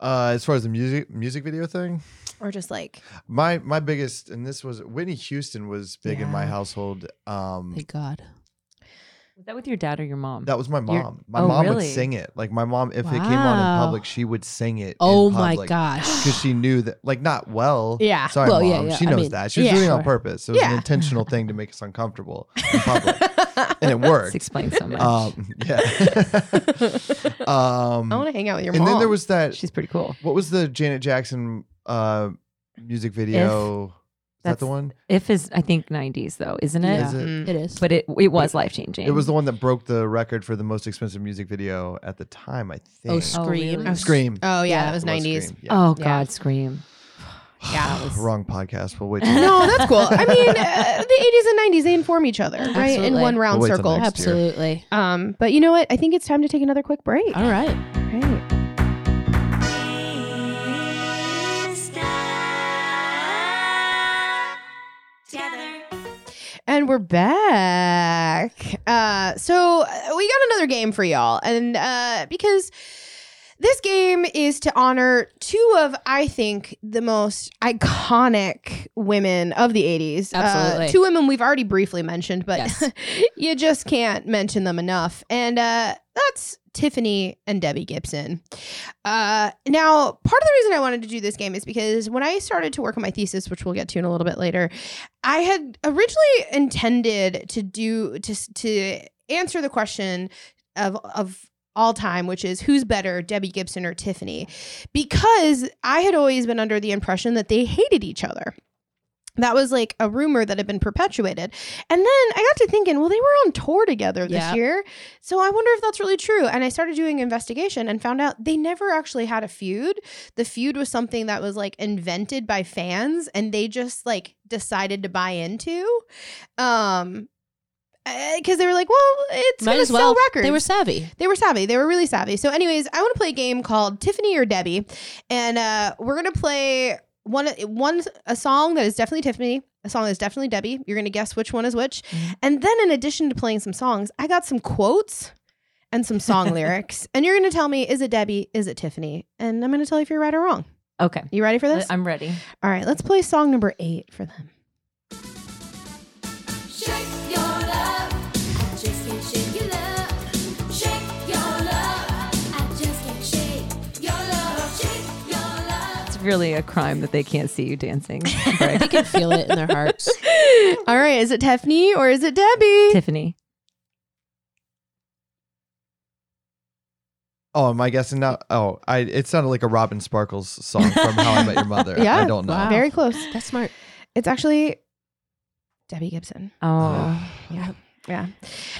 Speaker 6: Uh, as far as the music music video thing,
Speaker 3: or just like
Speaker 6: my my biggest and this was Whitney Houston was big in my
Speaker 3: Yeah.
Speaker 6: household. Um,
Speaker 7: Thank God.
Speaker 5: was that with your dad or your mom?
Speaker 6: that was my
Speaker 5: You're-
Speaker 6: mom. My
Speaker 5: oh,
Speaker 6: mom would
Speaker 5: really?
Speaker 6: sing it. Like my mom, if it came on in
Speaker 7: Wow.
Speaker 6: public, she would sing it.
Speaker 7: Oh my
Speaker 6: god.
Speaker 7: gosh.
Speaker 6: Because she knew that, like, not well.
Speaker 3: yeah
Speaker 6: Sorry,
Speaker 7: Well,
Speaker 6: mom.
Speaker 7: yeah, yeah.
Speaker 6: She
Speaker 7: I
Speaker 6: knows
Speaker 7: mean,
Speaker 6: that. She was
Speaker 3: yeah,
Speaker 6: doing it on
Speaker 7: sure.
Speaker 6: purpose. It was
Speaker 3: Yeah.
Speaker 6: an intentional thing to make us uncomfortable in public, and it
Speaker 5: This
Speaker 6: worked.
Speaker 5: explains so much.
Speaker 6: Um, yeah. um,
Speaker 3: i want to hang out with your
Speaker 6: and
Speaker 3: mom
Speaker 6: then there was that.
Speaker 5: She's pretty cool.
Speaker 6: What was the Janet Jackson uh, music video? Is that the
Speaker 5: That's-
Speaker 6: one?
Speaker 5: If is I think 90s though, isn't it?
Speaker 6: Is it?
Speaker 3: Mm.
Speaker 7: It is.
Speaker 5: But it it was life changing.
Speaker 6: It was the one that broke the record for the most expensive music video at the time, I think.
Speaker 7: oh, scream.
Speaker 5: really? Oh,
Speaker 6: Scream.
Speaker 3: oh yeah,
Speaker 7: Yeah,
Speaker 3: that was
Speaker 6: It
Speaker 3: 90s
Speaker 6: Scream, yeah.
Speaker 5: oh
Speaker 3: Yeah.
Speaker 5: God, Scream.
Speaker 3: yeah
Speaker 5: That was-
Speaker 6: Wrong podcast. We'll wait. till-
Speaker 3: no that's cool i mean uh, the 80s and 90s they inform each other right in
Speaker 7: Absolutely.
Speaker 3: one round
Speaker 6: We'll wait till
Speaker 3: circle
Speaker 6: next. year.
Speaker 7: Absolutely.
Speaker 3: um but you know what i think it's time to take another quick break
Speaker 7: All right.
Speaker 3: right
Speaker 2: Together.
Speaker 3: And we're back. Uh, so uh, we got another game for y'all, and uh, because this game is to honor two of, I think, the most iconic women of the '80s. Uh,
Speaker 7: Absolutely.
Speaker 3: two women we've already briefly mentioned, but
Speaker 7: Yes.
Speaker 3: you just can't mention them enough. And uh, that's Tiffany and Debbie Gibson. Uh, now, part of the reason I wanted to do this game is because when I started to work on my thesis, which we'll get to in a little bit later, I had originally intended to do to to answer the question of of all time, which is who's better, Debbie Gibson or Tiffany, because I had always been under the impression that they hated each other. That was like a rumor that had been perpetuated. And then I got to thinking, well, they were on tour together this
Speaker 7: Yeah.
Speaker 3: year. So I wonder if that's really true. And I started doing investigation and found out they never actually had a feud. The feud was something that was like invented by fans and they just like decided to buy into. Um because they were like, well, it's
Speaker 7: Might
Speaker 3: gonna
Speaker 7: as well.
Speaker 3: sell records.
Speaker 7: They were savvy.
Speaker 3: They were savvy. They were really savvy. So, anyways, I want to play a game called Tiffany or Debbie, and uh, we're gonna play one one a song that is definitely Tiffany, a song that's definitely Debbie. You're gonna guess which one is which, and then in addition to playing some songs, I got some quotes and some song lyrics, and you're gonna tell me is it Debbie, is it Tiffany, and I'm gonna tell you if you're right or wrong.
Speaker 5: Okay.
Speaker 3: You ready for this?
Speaker 5: I'm ready.
Speaker 3: All right, let's play song number eight for them.
Speaker 5: It's really a crime that they can't see you dancing. Right.
Speaker 7: They can feel it in their hearts.
Speaker 3: All right, is it Teffany or is it Debbie?
Speaker 5: Tiffany.
Speaker 6: Oh, am I guessing now? Oh, I it sounded like a Robin Sparkles song from How I Met Your Mother.
Speaker 3: Yeah,
Speaker 6: I don't know.
Speaker 7: wow.
Speaker 3: Very close.
Speaker 7: That's smart.
Speaker 3: It's actually Debbie Gibson.
Speaker 5: Oh.
Speaker 3: Yeah. Yeah.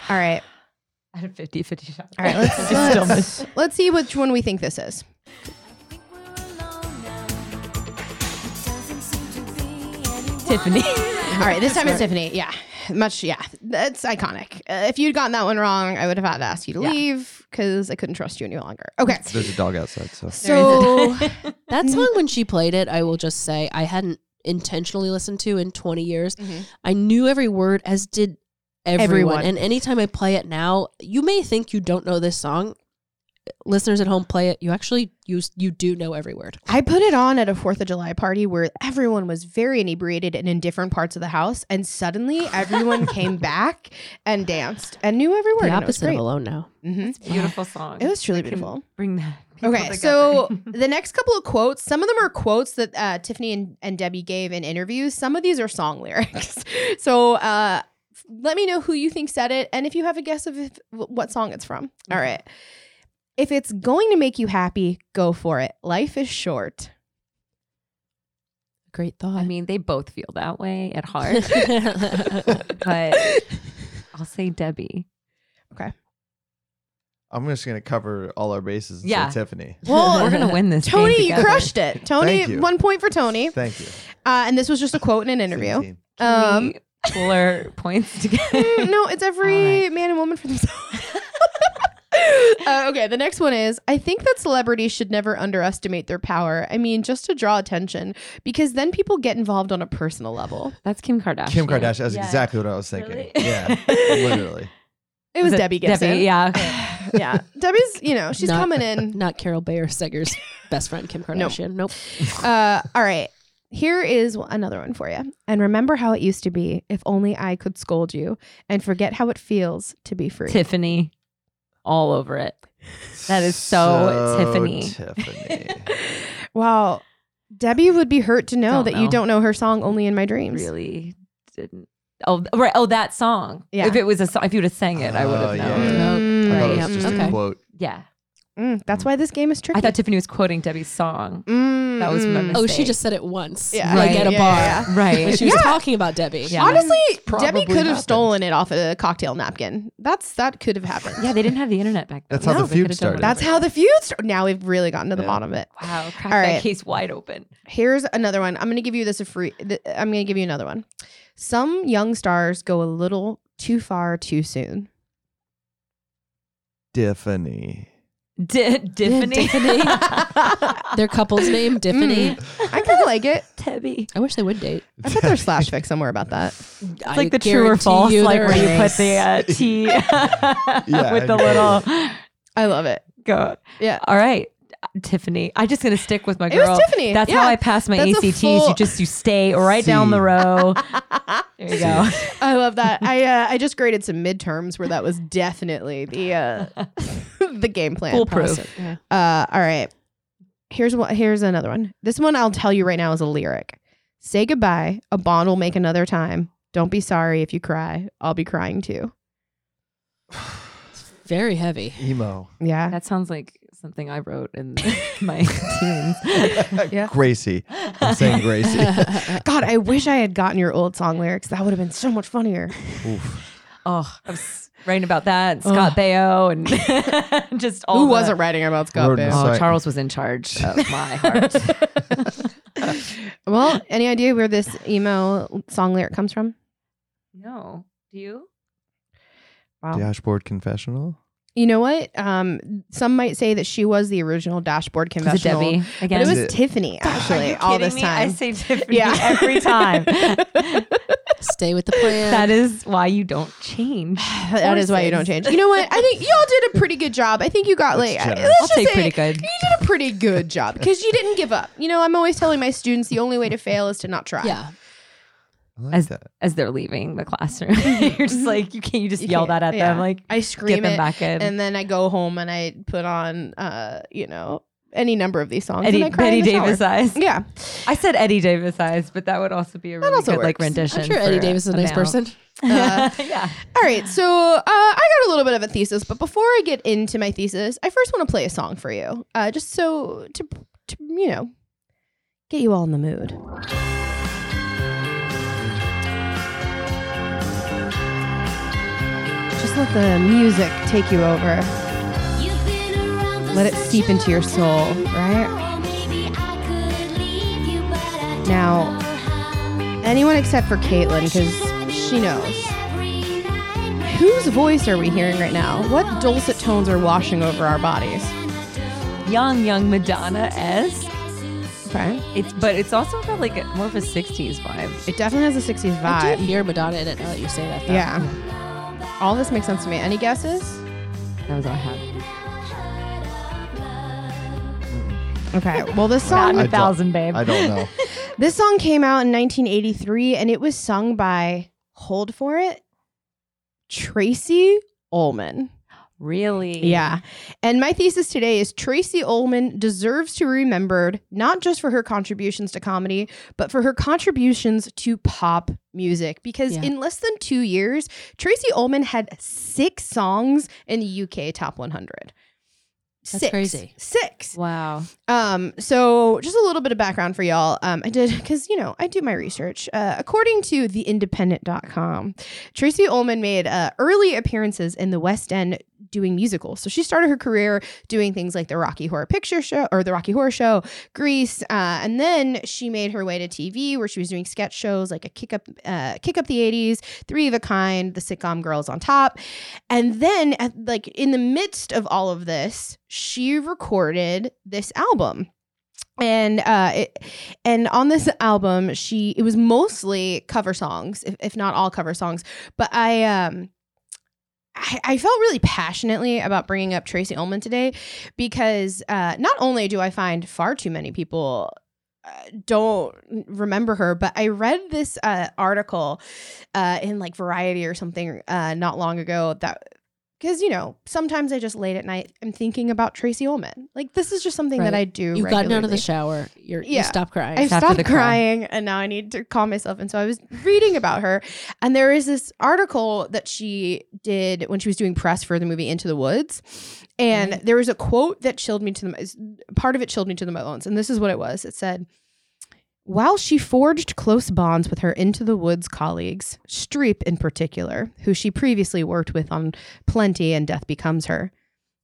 Speaker 3: All right.
Speaker 5: I had a 50 50 shot.
Speaker 3: All right. Let's let's, let's see which one we think this is.
Speaker 5: Tiffany.
Speaker 3: All right. This time it's Tiffany. Yeah. Much. Yeah. That's iconic. Uh, if you'd gotten that one wrong, I would have had to ask you to
Speaker 5: Yeah.
Speaker 3: leave because I couldn't trust you any longer. Okay.
Speaker 6: There's a dog outside, so
Speaker 3: So
Speaker 7: That
Speaker 3: Mm-hmm.
Speaker 7: song, when she played it, I will just say I hadn't intentionally listened to in 20 years.
Speaker 3: Mhm.
Speaker 7: I knew every word, as did everyone.
Speaker 3: Everyone.
Speaker 7: And anytime I play it now, you may think you don't know this song. Listeners at home, play it. You actually you you do know every word.
Speaker 3: I put it on at a Fourth of July party where everyone was very inebriated and in different parts of the house, and suddenly everyone came back and danced and knew every word.
Speaker 7: The
Speaker 3: and it was
Speaker 7: opposite of
Speaker 3: great.
Speaker 7: alone now.
Speaker 3: Mhm.
Speaker 5: Beautiful song.
Speaker 3: It was truly
Speaker 5: We can
Speaker 3: beautiful.
Speaker 5: Bring that. people
Speaker 3: Okay,
Speaker 5: together.
Speaker 3: so the next couple of quotes, some of them are quotes that uh, Tiffany and, and Debbie gave in interviews. Some of these are song lyrics. so uh, f- let me know who you think said it and if you have a guess of if, wh- what song it's from.
Speaker 5: Mm-hmm.
Speaker 3: All right. If it's going to make you happy, go for it. Life is short.
Speaker 7: Great thought.
Speaker 5: I mean, they both feel that way at heart, but I'll say Debbie.
Speaker 6: I'm just gonna cover all our bases. And
Speaker 5: Yeah.
Speaker 6: say Tiffany.
Speaker 5: We're gonna win this. game
Speaker 3: Tony, you
Speaker 5: together.
Speaker 3: crushed it. Tony,
Speaker 6: Thank you.
Speaker 3: one point for Tony. Uh,
Speaker 6: Thank you.
Speaker 3: and this was just a quote in an
Speaker 6: Same
Speaker 3: interview.
Speaker 6: team.
Speaker 5: Can
Speaker 3: Um,
Speaker 5: we blur points together.
Speaker 3: Mm, no, it's every
Speaker 5: All right.
Speaker 3: man and woman for themselves. uh, okay, the next one is I think that celebrities should never underestimate their power. I mean, just to draw attention, because then people get involved on a personal level.
Speaker 5: That's Kim Kardashian.
Speaker 6: Kim Kardashian. That's
Speaker 5: Yeah.
Speaker 6: exactly what I was thinking.
Speaker 5: Really?
Speaker 6: Yeah, literally.
Speaker 3: It was Debbie Gibson.
Speaker 5: Debbie, yeah. okay.
Speaker 3: yeah. Debbie's, you know, she's
Speaker 7: Not-
Speaker 3: coming in.
Speaker 7: Not Carol Bayer Seger's best friend Kim Kardashian. Nope.
Speaker 3: Uh, all right. Here is another one for you. And remember how it used to be. If only I could scold you and forget how it feels to be free.
Speaker 5: Tiffany, all over it. That is so Tiffany.
Speaker 6: Tiffany.
Speaker 3: Wow. Debbie would be hurt to know
Speaker 5: Don't
Speaker 3: that you
Speaker 5: know.
Speaker 3: don't know her song only in my dreams.
Speaker 5: Really didn't. Oh right. Oh, that song.
Speaker 3: Yeah.
Speaker 5: If it was a song, if you would have sang it, I would
Speaker 6: Oh,
Speaker 5: have known.
Speaker 6: yeah.
Speaker 5: Yeah.
Speaker 6: I
Speaker 3: Mm,
Speaker 6: thought it
Speaker 7: Right.
Speaker 6: was just
Speaker 7: Okay.
Speaker 6: a quote.
Speaker 3: Mm, that's why this game is tricky.
Speaker 5: I thought Tiffany was quoting Debbie's song.
Speaker 3: Mm,
Speaker 5: That was my
Speaker 3: mm.
Speaker 7: Oh, she
Speaker 5: Mistake.
Speaker 7: just said it once.
Speaker 3: Yeah.
Speaker 7: Like at a
Speaker 3: Yeah,
Speaker 7: bar.
Speaker 3: yeah,
Speaker 7: But
Speaker 5: Right.
Speaker 7: she was talking about Debbie.
Speaker 5: Yeah.
Speaker 3: Honestly,
Speaker 6: Probably
Speaker 3: Debbie could have
Speaker 6: happened.
Speaker 3: stolen it off a cocktail napkin. That's that could have happened.
Speaker 5: Yeah, they didn't have the internet back then.
Speaker 6: That's how the
Speaker 5: No. They could've
Speaker 6: feud
Speaker 5: done
Speaker 6: started.
Speaker 3: that's how the feud. St- now we've really gotten to the
Speaker 6: Yeah.
Speaker 3: bottom of it.
Speaker 5: Wow, crack
Speaker 3: All
Speaker 5: that
Speaker 3: right.
Speaker 5: case wide open.
Speaker 3: Here's another one. I'm going to give you this a free. Th- I'm going to give you another one. Some young stars go a little too far too soon.
Speaker 6: Tiffany.
Speaker 5: D- Tiffany.
Speaker 7: Tiffany. Their couple's name,
Speaker 3: Mm.
Speaker 7: Tiffany.
Speaker 3: I kind of like it.
Speaker 5: Debbie.
Speaker 7: I wish they would date.
Speaker 3: I bet there's slash fic somewhere about that.
Speaker 5: It's like the true or false, like where you put the uh, T with the
Speaker 6: I know.
Speaker 5: little
Speaker 3: I love it.
Speaker 5: go.
Speaker 3: Yeah.
Speaker 5: All right, Tiffany. I'm just gonna stick with my
Speaker 3: It was
Speaker 5: Uh, girl.
Speaker 3: Tiffany.
Speaker 5: That's
Speaker 3: Yeah.
Speaker 5: how I pass my
Speaker 3: That's a
Speaker 5: ACTs.
Speaker 3: full-
Speaker 5: You just you stay right down the
Speaker 6: See.
Speaker 5: row. There you go.
Speaker 3: I love that. I uh, I just graded some midterms where that was definitely the uh, the game plan.
Speaker 5: Foolproof.
Speaker 7: Yeah.
Speaker 3: Uh, all right. Here's what. Here's another one. This one I'll tell you right now is a lyric. Say goodbye. A bond will make another time. Don't be sorry if you cry. I'll be crying too.
Speaker 7: Very heavy.
Speaker 6: Emo.
Speaker 3: Yeah.
Speaker 5: That sounds like something I wrote in my teens.
Speaker 3: Yeah.
Speaker 6: Gracie. I'm saying Gracie.
Speaker 3: God, I wish I had gotten your old song lyrics. That would have been so much funnier.
Speaker 6: Oof.
Speaker 5: Oh, I was writing about that. And Scott Baio and just all
Speaker 3: Who
Speaker 5: the-
Speaker 3: wasn't writing about Scott
Speaker 6: Rodents.
Speaker 3: Bale?
Speaker 5: Oh,
Speaker 6: Sorry.
Speaker 5: Charles was in charge of my heart.
Speaker 3: Well, any idea where this emo song lyric comes from?
Speaker 5: no, do you?
Speaker 3: Wow.
Speaker 6: Dashboard confessional.
Speaker 3: You know what? Um, some might say that she was the original dashboard
Speaker 5: Was it
Speaker 3: confessional.
Speaker 5: Debbie
Speaker 3: But
Speaker 5: again?
Speaker 3: it was
Speaker 6: Is it-
Speaker 3: Tiffany actually all this
Speaker 5: I
Speaker 3: time.
Speaker 5: say Tiffany
Speaker 3: Yeah.
Speaker 5: every time.
Speaker 7: Stay with the plan.
Speaker 5: That is why you don't change.
Speaker 3: that is why you don't change. You know what? I think y'all did a pretty good job. I think you got like,
Speaker 6: generous.
Speaker 3: let's
Speaker 5: I'll
Speaker 3: just
Speaker 5: take
Speaker 3: say
Speaker 5: pretty good.
Speaker 3: You did a pretty good job because you didn't give up. You know, I'm always telling my students the only way to fail is to not try.
Speaker 7: yeah.
Speaker 6: I like
Speaker 5: As-
Speaker 6: that.
Speaker 5: As they're leaving the classroom, you're just like, you can't, you just
Speaker 3: Mm-hmm. You
Speaker 5: yell
Speaker 3: can't-
Speaker 5: that at
Speaker 3: yeah.
Speaker 5: them. Like,
Speaker 3: I scream
Speaker 5: get them
Speaker 3: it,
Speaker 5: back in.
Speaker 3: and then I go home and I put on, uh, you know, any number of these songs.
Speaker 5: Eddie,
Speaker 3: and I cry in
Speaker 5: Betty
Speaker 3: the shower.
Speaker 5: Davis eyes.
Speaker 3: Yeah,
Speaker 5: I said Eddie Davis eyes, but that would also be a really
Speaker 3: also
Speaker 5: good
Speaker 3: works.
Speaker 5: like
Speaker 3: I'm
Speaker 5: rendition.
Speaker 7: I'm sure Eddie
Speaker 5: for
Speaker 7: Davis is a nice
Speaker 5: amount.
Speaker 7: person.
Speaker 3: Uh,
Speaker 5: yeah.
Speaker 3: All right, so uh, I got a little bit of a thesis, but before I get into my thesis, I first want to play a song for you, uh, just so to, to you know, get you all in the mood. Just let the music take you over.
Speaker 2: Let it seep into your soul, right? Now,
Speaker 3: Now- Anyone except for Caitlin, because she knows. Whose voice are we hearing right now? What dulcet tones are washing over our bodies?
Speaker 5: Young, young Madonna esque.
Speaker 3: Okay,
Speaker 5: It's but it's also got like a, more of a '60s vibe.
Speaker 3: it definitely has a '60s
Speaker 7: I
Speaker 3: vibe.
Speaker 7: do hear Madonna in it now that you say that. Though.
Speaker 3: Yeah. All this makes sense to me. Any guesses?
Speaker 5: That was all I had.
Speaker 3: Okay. Well, this
Speaker 5: Not in
Speaker 3: song
Speaker 6: I
Speaker 5: a
Speaker 6: don't-
Speaker 5: thousand, babe.
Speaker 6: I don't know.
Speaker 3: this song came out in 1983 and it was sung by hold for it Tracy Ullman.
Speaker 5: Really?
Speaker 3: Yeah. And my thesis today is Tracy Ullman deserves to be remembered not just for her contributions to comedy, but for her contributions to pop music. Because
Speaker 7: Yeah.
Speaker 3: in less than two years, Tracy Ullman had six songs in the UK top 100.
Speaker 7: That's
Speaker 3: Six.
Speaker 7: crazy.
Speaker 3: Six.
Speaker 5: Wow.
Speaker 3: Um, so just a little bit of background for y'all. Um, I did because you know I do my research. Uh, according to theindependent.com, Tracy Ullman made uh, early appearances in the West End doing musicals. So she started her career doing things like the Rocky Horror Picture Show or the Rocky Horror Show, Grease, uh, and then she made her way to TV where she was doing sketch shows like a Kick Up, uh, Kick Up the '80s, Three of a Kind, the sitcom Girls on Top, and then, at, like in the midst of all of this, she recorded this album, and uh, it, and on this album, she it was mostly cover songs, if, if not all cover songs. But I um. I, I felt really passionately about bringing up Tracy Ullman today because uh, not only do I find far too many people uh, don't remember her, but I read this uh, article uh, in like Variety or something uh, not long ago that because you know sometimes I just late at night I'm thinking about Tracy Ullman. Like this is just something that
Speaker 7: Right.
Speaker 3: I do.
Speaker 7: You've gotten out of
Speaker 3: regularly.
Speaker 7: the shower. You're,
Speaker 3: Yeah.
Speaker 7: You stop crying.
Speaker 3: I
Speaker 5: Stop with
Speaker 3: stopped
Speaker 5: the cry.
Speaker 3: crying and now I need to calm myself. And so I was reading about her, and there is this article that she did when she was doing press for the movie Into the Woods. And there was a quote that chilled me to the is- part of it chilled me to the bones. And this is what it was it said, While she forged close bonds with her Into the Woods colleagues, Streep in particular, who she previously worked with on Plenty and Death Becomes Her,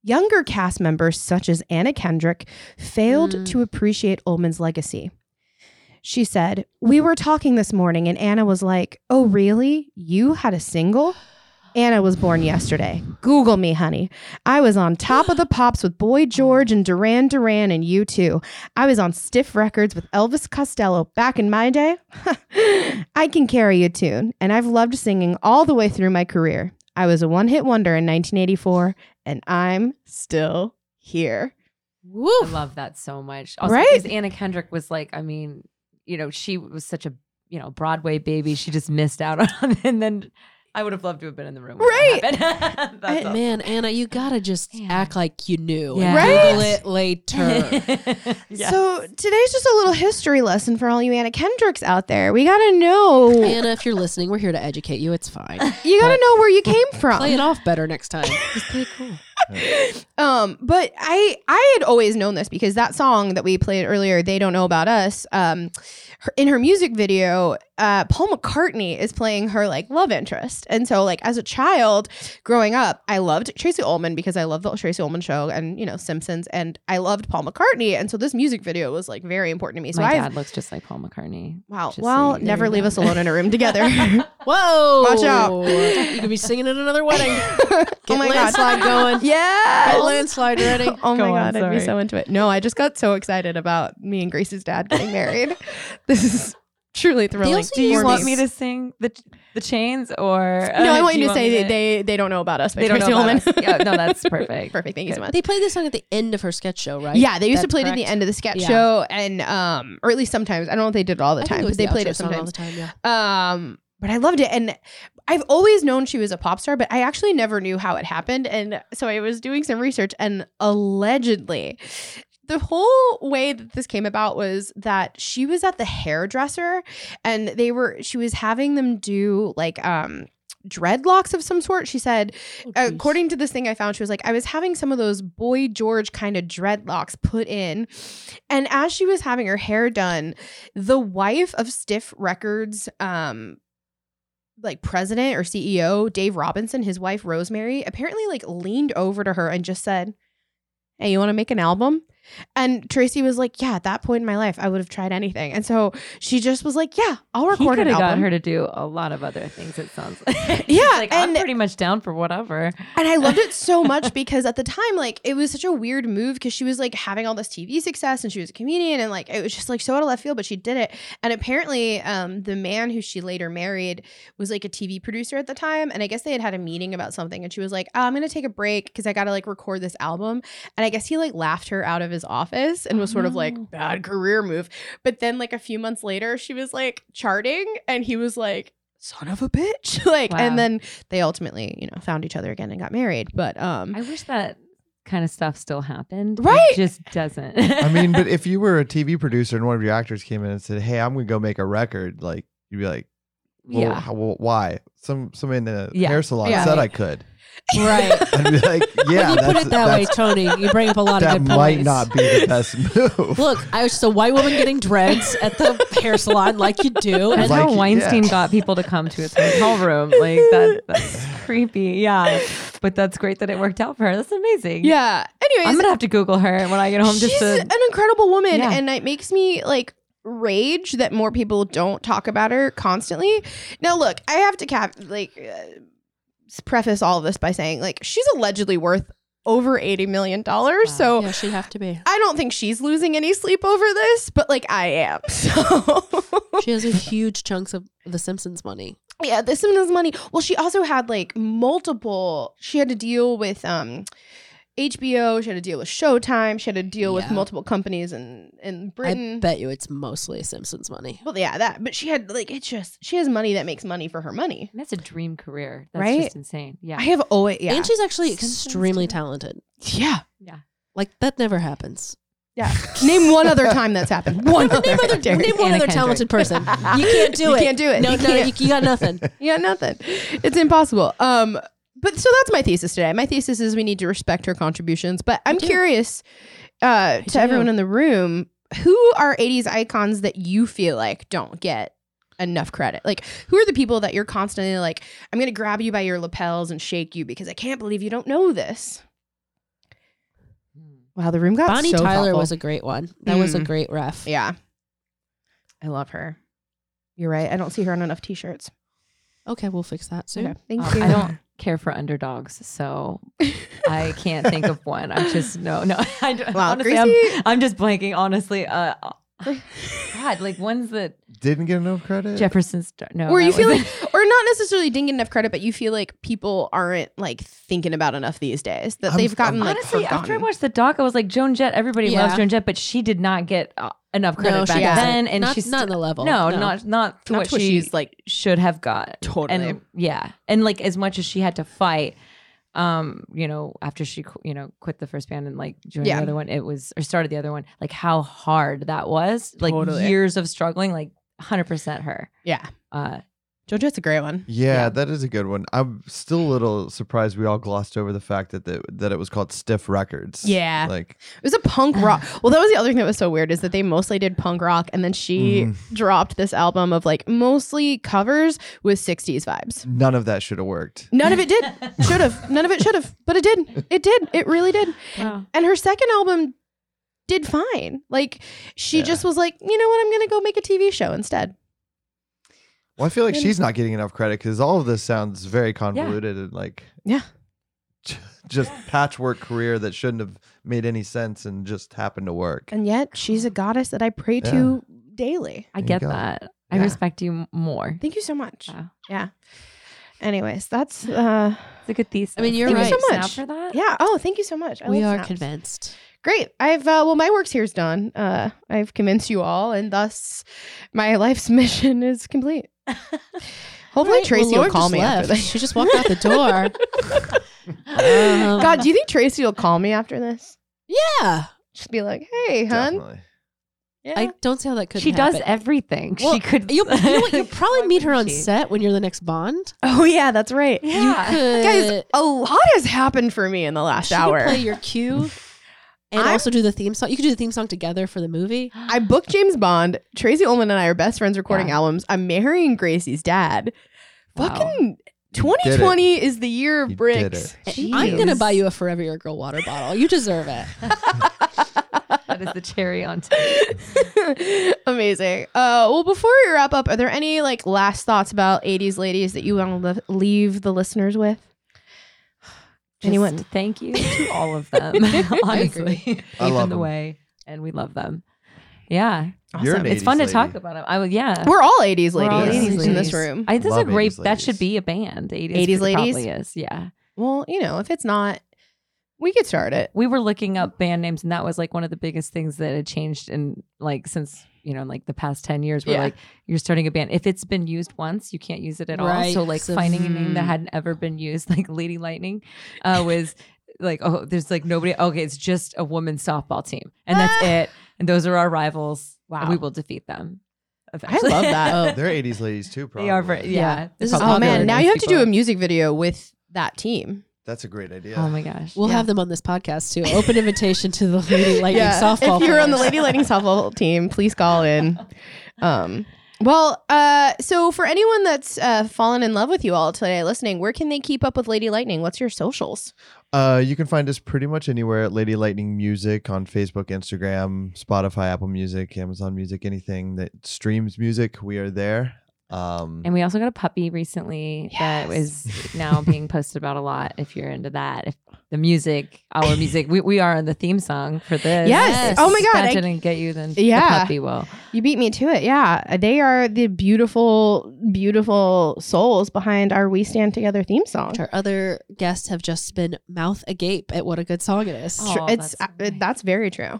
Speaker 3: younger cast members such as Anna Kendrick failed
Speaker 5: Mm.
Speaker 3: to appreciate Ullman's legacy. She said, We were talking this morning, and Anna was like, Oh, really? You had a single? Anna was born yesterday. Google me, honey. I was on top of the pops with Boy George and Duran Duran and you too. I was on Stiff Records with Elvis Costello back in my day. I can carry a tune, and I've loved singing all the way through my career. I was a one hit wonder in 1984, and I'm still here.
Speaker 5: I love that so much. Also,
Speaker 3: Right?
Speaker 5: because Anna Kendrick was like, I mean, you know, she was such a you know Broadway baby. She just missed out on, and then I would have loved to have been in the room. when that happened. That's
Speaker 3: I-
Speaker 5: all.
Speaker 7: Man, Anna, you gotta just
Speaker 5: Man.
Speaker 7: act like you knew.
Speaker 5: Yeah.
Speaker 7: And Google
Speaker 3: Right?
Speaker 7: it later.
Speaker 5: Yeah.
Speaker 3: So today's just a little history lesson for all you Anna Kendricks out there. We gotta know.
Speaker 7: Anna, if you're listening, we're here to educate you. It's fine.
Speaker 3: You gotta know where you came from.
Speaker 7: Play it off better next time. Just play it cool.
Speaker 3: Um, but I I had always known this because that song that we played earlier, "They Don't Know About Us," um, her, in her music video, uh, Paul McCartney is playing her like love interest, and so like as a child growing up, I loved Tracy Ullman because I loved the Tracy Ullman show and you know Simpsons, and I loved Paul McCartney, and so this music video was like very important to me. So
Speaker 5: My
Speaker 3: I
Speaker 5: dad looks just like Paul McCartney.
Speaker 3: wow,
Speaker 5: just so
Speaker 3: well,
Speaker 5: you-
Speaker 3: never leave us alone in a room together.
Speaker 7: Whoa!
Speaker 3: Watch out.
Speaker 7: You could be singing at another wedding.
Speaker 3: oh
Speaker 7: Get
Speaker 3: my god,
Speaker 7: landslide going. Get
Speaker 3: yeah.
Speaker 7: landslide ready.
Speaker 3: Oh my
Speaker 5: Go on,
Speaker 3: god, I'd be
Speaker 5: sorry.
Speaker 3: so into it. No, I just got so excited about me and Grace's dad getting married. this is truly thrilling.
Speaker 7: also
Speaker 3: for
Speaker 5: Do you want
Speaker 3: me.
Speaker 5: me to sing the the chains or
Speaker 3: No, I
Speaker 5: uh,
Speaker 3: want
Speaker 5: do
Speaker 3: you to say
Speaker 5: me
Speaker 3: that they they don't know about us. by
Speaker 5: They don't
Speaker 3: Tracy
Speaker 5: know about
Speaker 3: Ullman.
Speaker 5: us. Yeah, no, that's perfect.
Speaker 3: perfect. Thank you so
Speaker 5: Good.
Speaker 3: much.
Speaker 7: They played this song at the end of her sketch show, right?
Speaker 3: Yeah, they used to
Speaker 7: That's
Speaker 3: play it at the
Speaker 7: correct.
Speaker 3: end of the sketch
Speaker 7: Yeah.
Speaker 3: show, and um, or at least sometimes. I don't know if they did it all the
Speaker 7: I think
Speaker 3: time,
Speaker 7: it was
Speaker 3: but they
Speaker 7: the
Speaker 3: played
Speaker 7: outro
Speaker 3: it
Speaker 7: song all
Speaker 3: sometimes.
Speaker 7: the time. Yeah.
Speaker 3: Um, but I loved it, and I've always known she was a pop star, but I actually never knew how it happened. And so I was doing some research, and allegedly, the whole way that this came about was that she was at the hairdresser, and they were she was having them do like um dreadlocks of some sort. She said
Speaker 5: Oh,
Speaker 7: Oh,
Speaker 3: Uh, according to this thing I found, she was like, I was having some of those boy George kind of dreadlocks put in. And as she was having her hair done, the wife of Stiff Records, um, like president or CEO, Dave Robinson, his wife Rosemary, apparently like leaned over to her and just said, Hey, you want to make an album? And Tracy was like, Yeah, at that point in my life, I would have tried anything. And so she just was like, Yeah, I'll
Speaker 5: He
Speaker 3: record an
Speaker 5: could have got
Speaker 3: album.
Speaker 5: her to do a lot of other things. It sounds like
Speaker 3: Yeah,
Speaker 5: like I'm
Speaker 3: and-
Speaker 5: pretty much down for whatever.
Speaker 3: And I loved it so much because at the time, like, it was such a weird move because she was like having all this TV success and she was a comedian and like it was just like so out of left field, but she did it. And apparently, um, the man who she later married was like a TV producer at the time. And I guess they had had a meeting about something and she was like, oh, I'm going to take a break because I got to like record this album. And I guess he like laughed her out of his office and was sort of like, bad career move. But then, like, a few months later, she was like charting and he was like, son of a bitch. like,
Speaker 5: Wow.
Speaker 3: and then they ultimately, you know, found each other again and got married. But um
Speaker 5: I wish that kind of stuff still happened. It
Speaker 3: Right.
Speaker 5: just doesn't.
Speaker 6: I mean, but if you were a TV producer and one of your actors came in and said, "Hey, I'm gonna go make a record," like you'd be like, well,
Speaker 5: yeah.
Speaker 6: how, well, why?" Some somebody in the
Speaker 5: Yeah.
Speaker 6: hair salon
Speaker 3: Yeah.
Speaker 6: said I could.
Speaker 7: Right.
Speaker 6: I'd be like, "Yeah,
Speaker 7: you put
Speaker 6: that's,
Speaker 7: it that way,
Speaker 6: that's,
Speaker 7: Tony. You bring up a lot
Speaker 6: that
Speaker 7: of good
Speaker 6: might
Speaker 7: points.
Speaker 6: not be the best move."
Speaker 7: Look, I was just a white woman getting dreads at the hair salon, like you do.
Speaker 5: That's
Speaker 7: And
Speaker 6: Like,
Speaker 5: how
Speaker 6: yeah.
Speaker 5: Weinstein got people to come to his hotel room. Like that, that's creepy. Yeah, but that's great that it worked out for her. That's amazing.
Speaker 3: yeah. Anyways,
Speaker 5: I'm gonna have to Google her when I get home. Just
Speaker 3: she's
Speaker 5: to,
Speaker 3: an incredible woman
Speaker 5: Yeah.
Speaker 3: and it makes me like rage that more people don't talk about her constantly. Now look, I have to cap like uh, s- preface all of this by saying like she's allegedly worth over 80 million dollars. So
Speaker 7: yeah, she'd have to be.
Speaker 3: I don't think she's losing any sleep over this, but like I am. So
Speaker 7: She has a huge chunks of The Simpsons money.
Speaker 3: Yeah, this one is money. Well, she also had like multiple. She had to deal with um HBO. She had to deal with Showtime. She had to deal with
Speaker 7: Yeah.
Speaker 3: multiple companies in in Britain.
Speaker 7: I bet you it's mostly Simpsons money.
Speaker 3: well, yeah, that. But she had like it's just she has money that makes money for her money.
Speaker 5: that's a dream career. That's
Speaker 3: Right?
Speaker 5: just insane. Yeah.
Speaker 3: I have always yeah
Speaker 7: And she's actually
Speaker 5: Simpsons
Speaker 7: extremely
Speaker 5: too.
Speaker 7: talented.
Speaker 3: yeah
Speaker 7: Like that never happens.
Speaker 3: yeah. name one other time that's happened. One other
Speaker 7: Name, other,
Speaker 3: Derek.
Speaker 7: name one
Speaker 5: Anna
Speaker 7: other
Speaker 5: Kendrick.
Speaker 7: talented person. You can't do
Speaker 3: You
Speaker 7: it.
Speaker 3: can't do it.
Speaker 7: No,
Speaker 3: You
Speaker 7: no, you,
Speaker 3: can't.
Speaker 7: you got nothing.
Speaker 3: Yeah, nothing. It's impossible. Um, but so that's my thesis today. My thesis is we need to respect her contributions. But I'm
Speaker 7: do.
Speaker 3: curious uh, to
Speaker 7: do.
Speaker 3: everyone in the room, who are 80s icons that you feel like don't get enough credit? Like, who are the people that you're constantly like, I'm going to grab you by your lapels and shake you because I can't believe you don't know this? Hmm. Wow, the room got
Speaker 7: Bonnie
Speaker 3: so
Speaker 7: Tyler
Speaker 3: thoughtful.
Speaker 7: was a great one. That was a
Speaker 3: Mm.
Speaker 7: great ref.
Speaker 3: yeah. I love her. You're right. I don't see her on enough t-shirts.
Speaker 7: Okay, we'll fix that soon.
Speaker 3: Okay, thank
Speaker 5: Um,
Speaker 7: Uh,
Speaker 3: you.
Speaker 5: I don't care for underdogs, so I can't think of one. I'm just no, no. I don't,
Speaker 3: Wow,
Speaker 5: honestly, I'm,
Speaker 3: Gracie-
Speaker 5: I'm just blanking. Honestly, uh, God, like ones that
Speaker 6: Didn't get enough credit.
Speaker 5: Jefferson's. No,
Speaker 3: or Uh, you
Speaker 5: that
Speaker 3: feel
Speaker 5: wasn't-
Speaker 3: like, or not necessarily didn't get enough credit, but you feel like people aren't like thinking about enough these days that
Speaker 6: I'm-
Speaker 3: they've gotten
Speaker 6: I'm-
Speaker 3: like
Speaker 5: Honestly, after I
Speaker 3: forgotten.
Speaker 5: watched the doc, I was like, Joan Jett. Everybody loves
Speaker 7: Yeah.
Speaker 5: Joan Jett, but she did not get uh, enough credit
Speaker 7: No, she
Speaker 5: back
Speaker 3: doesn't.
Speaker 5: then, and
Speaker 7: Not-
Speaker 5: she's
Speaker 7: not the level.
Speaker 5: No,
Speaker 7: No.
Speaker 5: not not to
Speaker 3: Not
Speaker 5: what
Speaker 3: to what
Speaker 5: she
Speaker 3: she's, like-
Speaker 5: should have got
Speaker 3: Totally.
Speaker 5: And it- yeah, and like as much as she had to fight, um, you know, after she qu- you know quit the first band and like joined
Speaker 3: Yeah.
Speaker 5: the other one, it was or started the other one. Like how hard that was, like
Speaker 3: Totally.
Speaker 5: years of struggling, like hundred percent her.
Speaker 3: yeah,
Speaker 5: Uh,
Speaker 3: JoJo, it's a great one.
Speaker 6: Yeah,
Speaker 5: Yeah.
Speaker 6: that is a good one. I'm still a little surprised we all glossed over the fact that the, that it was called Stiff Records.
Speaker 3: Yeah.
Speaker 6: like
Speaker 3: It was a punk rock. Well, that was the other thing that was so weird is that they mostly did punk rock, and then she
Speaker 5: Mm-hmm.
Speaker 3: dropped this album of like mostly covers with '60s vibes.
Speaker 6: none of that should have worked.
Speaker 3: None of it did. Should have. None of it should have. But it did. It did. It really did. And her second album did fine. Like she just was like, you know what? I'm gonna go make a TV show instead.
Speaker 6: Well, I feel like she's not getting enough credit because all of this sounds very convoluted and like
Speaker 3: Yeah.
Speaker 6: j- just patchwork career that shouldn't have made any sense and just happened to work.
Speaker 3: And yet she's a goddess that I pray to daily.
Speaker 5: I
Speaker 6: There you
Speaker 5: get
Speaker 6: go.
Speaker 5: that. I
Speaker 3: Yeah.
Speaker 5: respect you m- more.
Speaker 3: Thank you so much.
Speaker 5: Wow.
Speaker 3: Yeah. Anyways, that's uh
Speaker 5: It's a good thesis.
Speaker 7: I mean, you're
Speaker 3: Thank you so
Speaker 5: Snap
Speaker 3: much.
Speaker 5: for that.
Speaker 3: yeah. Oh, thank you so much. I
Speaker 7: we
Speaker 3: love
Speaker 7: are
Speaker 3: snaps.
Speaker 7: convinced.
Speaker 3: Great. I've uh, well, my work's here's done. Uh, I've convinced you all, and thus my life's mission is complete. Hopefully,
Speaker 7: Right, well,
Speaker 3: Tracy
Speaker 7: Lauren
Speaker 3: will call
Speaker 7: just
Speaker 3: me after
Speaker 7: left.
Speaker 3: this.
Speaker 7: She just walked out the door. Um,
Speaker 3: God, do you think Tracy will call me after this?
Speaker 7: yeah.
Speaker 3: Just be like, "Hey, hun."
Speaker 6: Definitely.
Speaker 7: I don't see how that could.
Speaker 5: she does
Speaker 7: happen.
Speaker 5: everything.
Speaker 7: Well,
Speaker 5: she could.
Speaker 7: You, you know what? You'll probably
Speaker 5: Why
Speaker 7: meet her
Speaker 5: wouldn't
Speaker 7: on
Speaker 5: she?
Speaker 7: set when you're the next Bond.
Speaker 3: Oh yeah, that's right.
Speaker 5: Yeah.
Speaker 3: Guys, a lot has happened for me in the last
Speaker 7: she
Speaker 3: hour.
Speaker 7: could play your cue, and
Speaker 3: I'm-
Speaker 7: also do the theme song. You could do the theme song together for the movie.
Speaker 3: I booked James Bond. Tracy Ullman and I are best friends recording albums. I'm marrying Gracie's dad.
Speaker 5: Wow.
Speaker 3: Fucking
Speaker 6: You did it.
Speaker 3: 2020 is the year of
Speaker 6: You did
Speaker 3: bricks.
Speaker 7: I'm
Speaker 5: Jeez.
Speaker 7: gonna buy you a Forever Your Girl water bottle. You deserve it.
Speaker 5: that is the cherry on top.
Speaker 3: Amazing. Uh, well, before we wrap up, are there any like last thoughts about 80s ladies that you want to leave the listeners with?
Speaker 5: Just
Speaker 3: Anyone?
Speaker 5: Thank you to all of them. Honestly,
Speaker 6: I love
Speaker 5: the
Speaker 6: them.
Speaker 5: way, and we love them. Yeah,
Speaker 3: Awesome.
Speaker 6: You're an
Speaker 5: it's
Speaker 6: 80s
Speaker 5: fun
Speaker 6: lady.
Speaker 5: to talk about them. I would. Yeah,
Speaker 3: We're all 80s ladies,
Speaker 5: We're all
Speaker 6: 80s
Speaker 3: in this
Speaker 5: ladies.
Speaker 3: room.
Speaker 5: I, this is a
Speaker 6: Love
Speaker 5: great.
Speaker 6: 80s
Speaker 5: That should
Speaker 6: ladies.
Speaker 5: be a band. 80s,
Speaker 3: 80s
Speaker 5: it
Speaker 3: ladies?
Speaker 5: probably is. Yeah,
Speaker 3: well, you know, if it's not, we could start it.
Speaker 5: we were looking up band names, and that was like one of the biggest things that had changed in like since you know like the past ten years. Where
Speaker 3: Yeah.
Speaker 5: like you're starting a band, if it's been used once, you can't use it at all.
Speaker 7: Right.
Speaker 5: So like
Speaker 7: So-
Speaker 5: finding a name that
Speaker 7: Hmm.
Speaker 5: hadn't ever been used, like Lady Lightning, uh, was. Like oh, there's like nobody. Okay, it's just a women's softball team, and that's it. And those are our rivals. and we
Speaker 3: Ah. Wow.
Speaker 5: will defeat them.
Speaker 3: I love that.
Speaker 6: They're 80s ladies too, probably.
Speaker 5: They are, ver- yeah.
Speaker 7: Yeah.
Speaker 5: yeah.
Speaker 7: This is
Speaker 3: Oh
Speaker 7: popular
Speaker 3: man, now
Speaker 7: amongst
Speaker 3: you have to do a music
Speaker 5: music.
Speaker 3: video with that team.
Speaker 6: That's a great idea.
Speaker 5: Oh my gosh.
Speaker 7: We'll have them on this podcast too. Open invitation to the Lady Lightning softball.
Speaker 3: If you're on the
Speaker 7: players.
Speaker 3: Lady Lightning softball team, please call in. Um, well, uh, so for anyone that's uh, fallen in love with you all today listening, where can they keep up with Lady Lightning? What's your socials?
Speaker 6: Uh, you can find us pretty much anywhere at Lady Lightning Music on Facebook, Instagram, Spotify, Apple Music, Amazon Music, anything that streams music. We are there. Um,
Speaker 5: And we also got a puppy recently that is now being posted about a lot. If you're into that, if the music, our music, we, we are on the theme song for this.
Speaker 3: Yes. Oh my
Speaker 5: If
Speaker 3: God,
Speaker 5: That
Speaker 3: I-
Speaker 5: didn't get you, then
Speaker 3: Yeah.
Speaker 5: the puppy will.
Speaker 3: You beat me to it. Yeah, Uh, they are the beautiful, beautiful souls behind our "We Stand Together" theme song.
Speaker 7: Our other guests have just been mouth agape at what a good song it is.
Speaker 5: Oh,
Speaker 3: it's
Speaker 5: that's
Speaker 3: uh,
Speaker 5: nice.
Speaker 3: that's very true.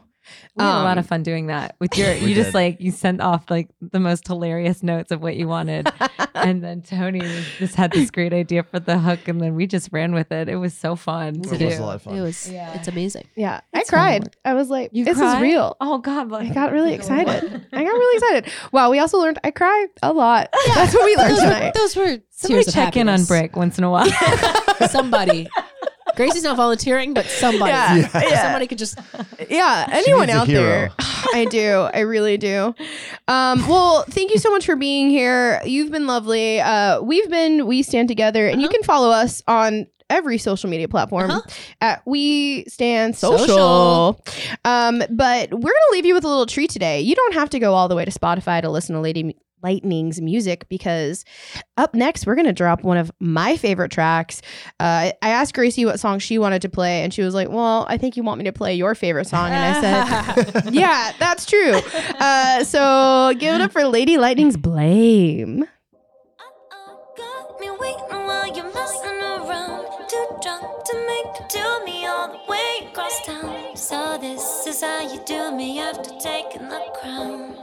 Speaker 5: We had a lot
Speaker 3: Um,
Speaker 5: of fun doing that with your.
Speaker 6: We
Speaker 5: You just
Speaker 6: did.
Speaker 5: like you sent off like the most hilarious notes of what you wanted, and then Tony just had this great idea for the hook, and then we just ran with it. It was so fun. to
Speaker 6: it was
Speaker 5: do.
Speaker 6: a lot of
Speaker 3: Oh,
Speaker 6: fun.
Speaker 7: It was.
Speaker 5: Yeah.
Speaker 7: It's amazing.
Speaker 3: Yeah,
Speaker 5: It's
Speaker 3: I cried. I was like,
Speaker 5: You
Speaker 3: "This
Speaker 5: cried?
Speaker 3: is real."
Speaker 5: Oh God! Like,
Speaker 3: I got really excited. I got really excited. Wow, we also learned I cry a lot. That's what we learned
Speaker 7: Those
Speaker 3: tonight.
Speaker 7: were, those were
Speaker 5: Somebody
Speaker 7: tears of
Speaker 5: check in on
Speaker 7: happiness.
Speaker 5: Brick once in a while.
Speaker 7: Somebody. Gracie's not volunteering, but somebody.
Speaker 3: Yeah, yeah.
Speaker 7: Somebody could just.
Speaker 3: yeah
Speaker 6: She
Speaker 3: anyone
Speaker 6: needs a
Speaker 3: out there i do i really do um, well thank you so much for being here you've been lovely uh, we've been we stand together and you
Speaker 6: Uh-huh.
Speaker 3: can follow us on every social media platform
Speaker 7: Uh-huh.
Speaker 3: at we stand social,
Speaker 7: Social.
Speaker 3: Um, but we're gonna leave you with a little treat today you don't have to go all the way to spotify to listen to lady M- lightning's music because up next we're gonna drop one of my favorite tracks uh, I asked Gracie what song she wanted to play, and she was like, "Well, I think you want me to play your favorite song." And I said, "Yeah, that's true." Uh, so give it up for Lady Lightning's "Blame."
Speaker 2: Got me waiting while you're messing around. Too drunk to make you do me all the way across town. So this is how you do me after taking the crown.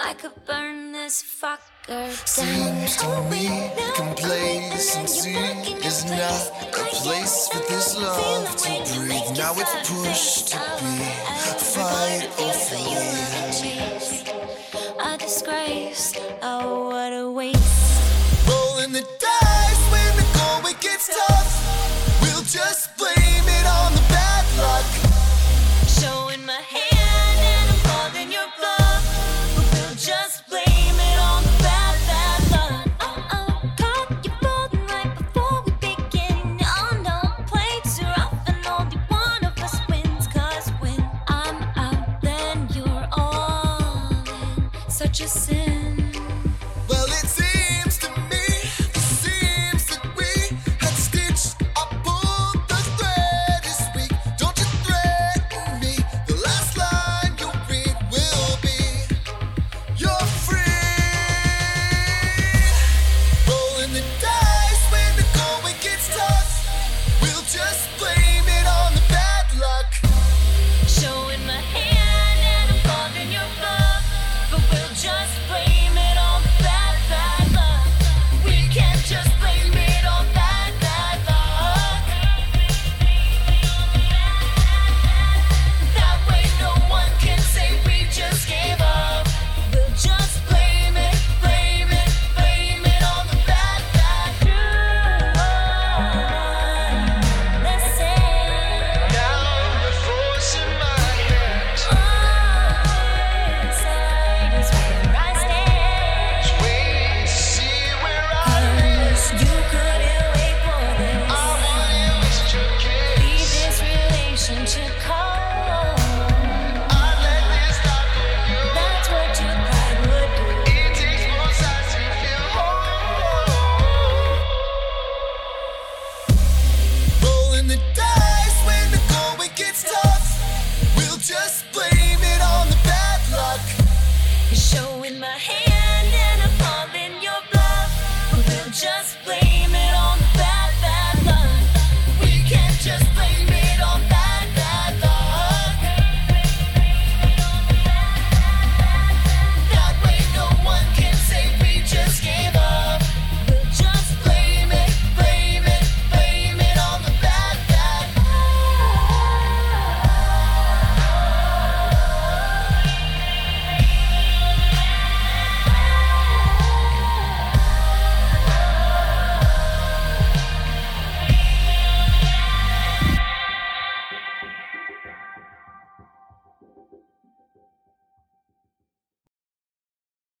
Speaker 2: I could burn this fucker down. Oh, we you can play this scene is not a place for this love to breathe. Now it's pushed to be fight or flee. A disgrace. Oh, what a waste.
Speaker 8: Rolling the dice when the going gets tough. We'll just blame it on the bad luck.
Speaker 2: Showing my hand and I'm holding your bluff. We'll just blame it on the bad, bad luck. Uh oh, caught you folding right before we begin. Oh no, plates are off and only one of us wins. Cause when I'm out, then you're all in. Such a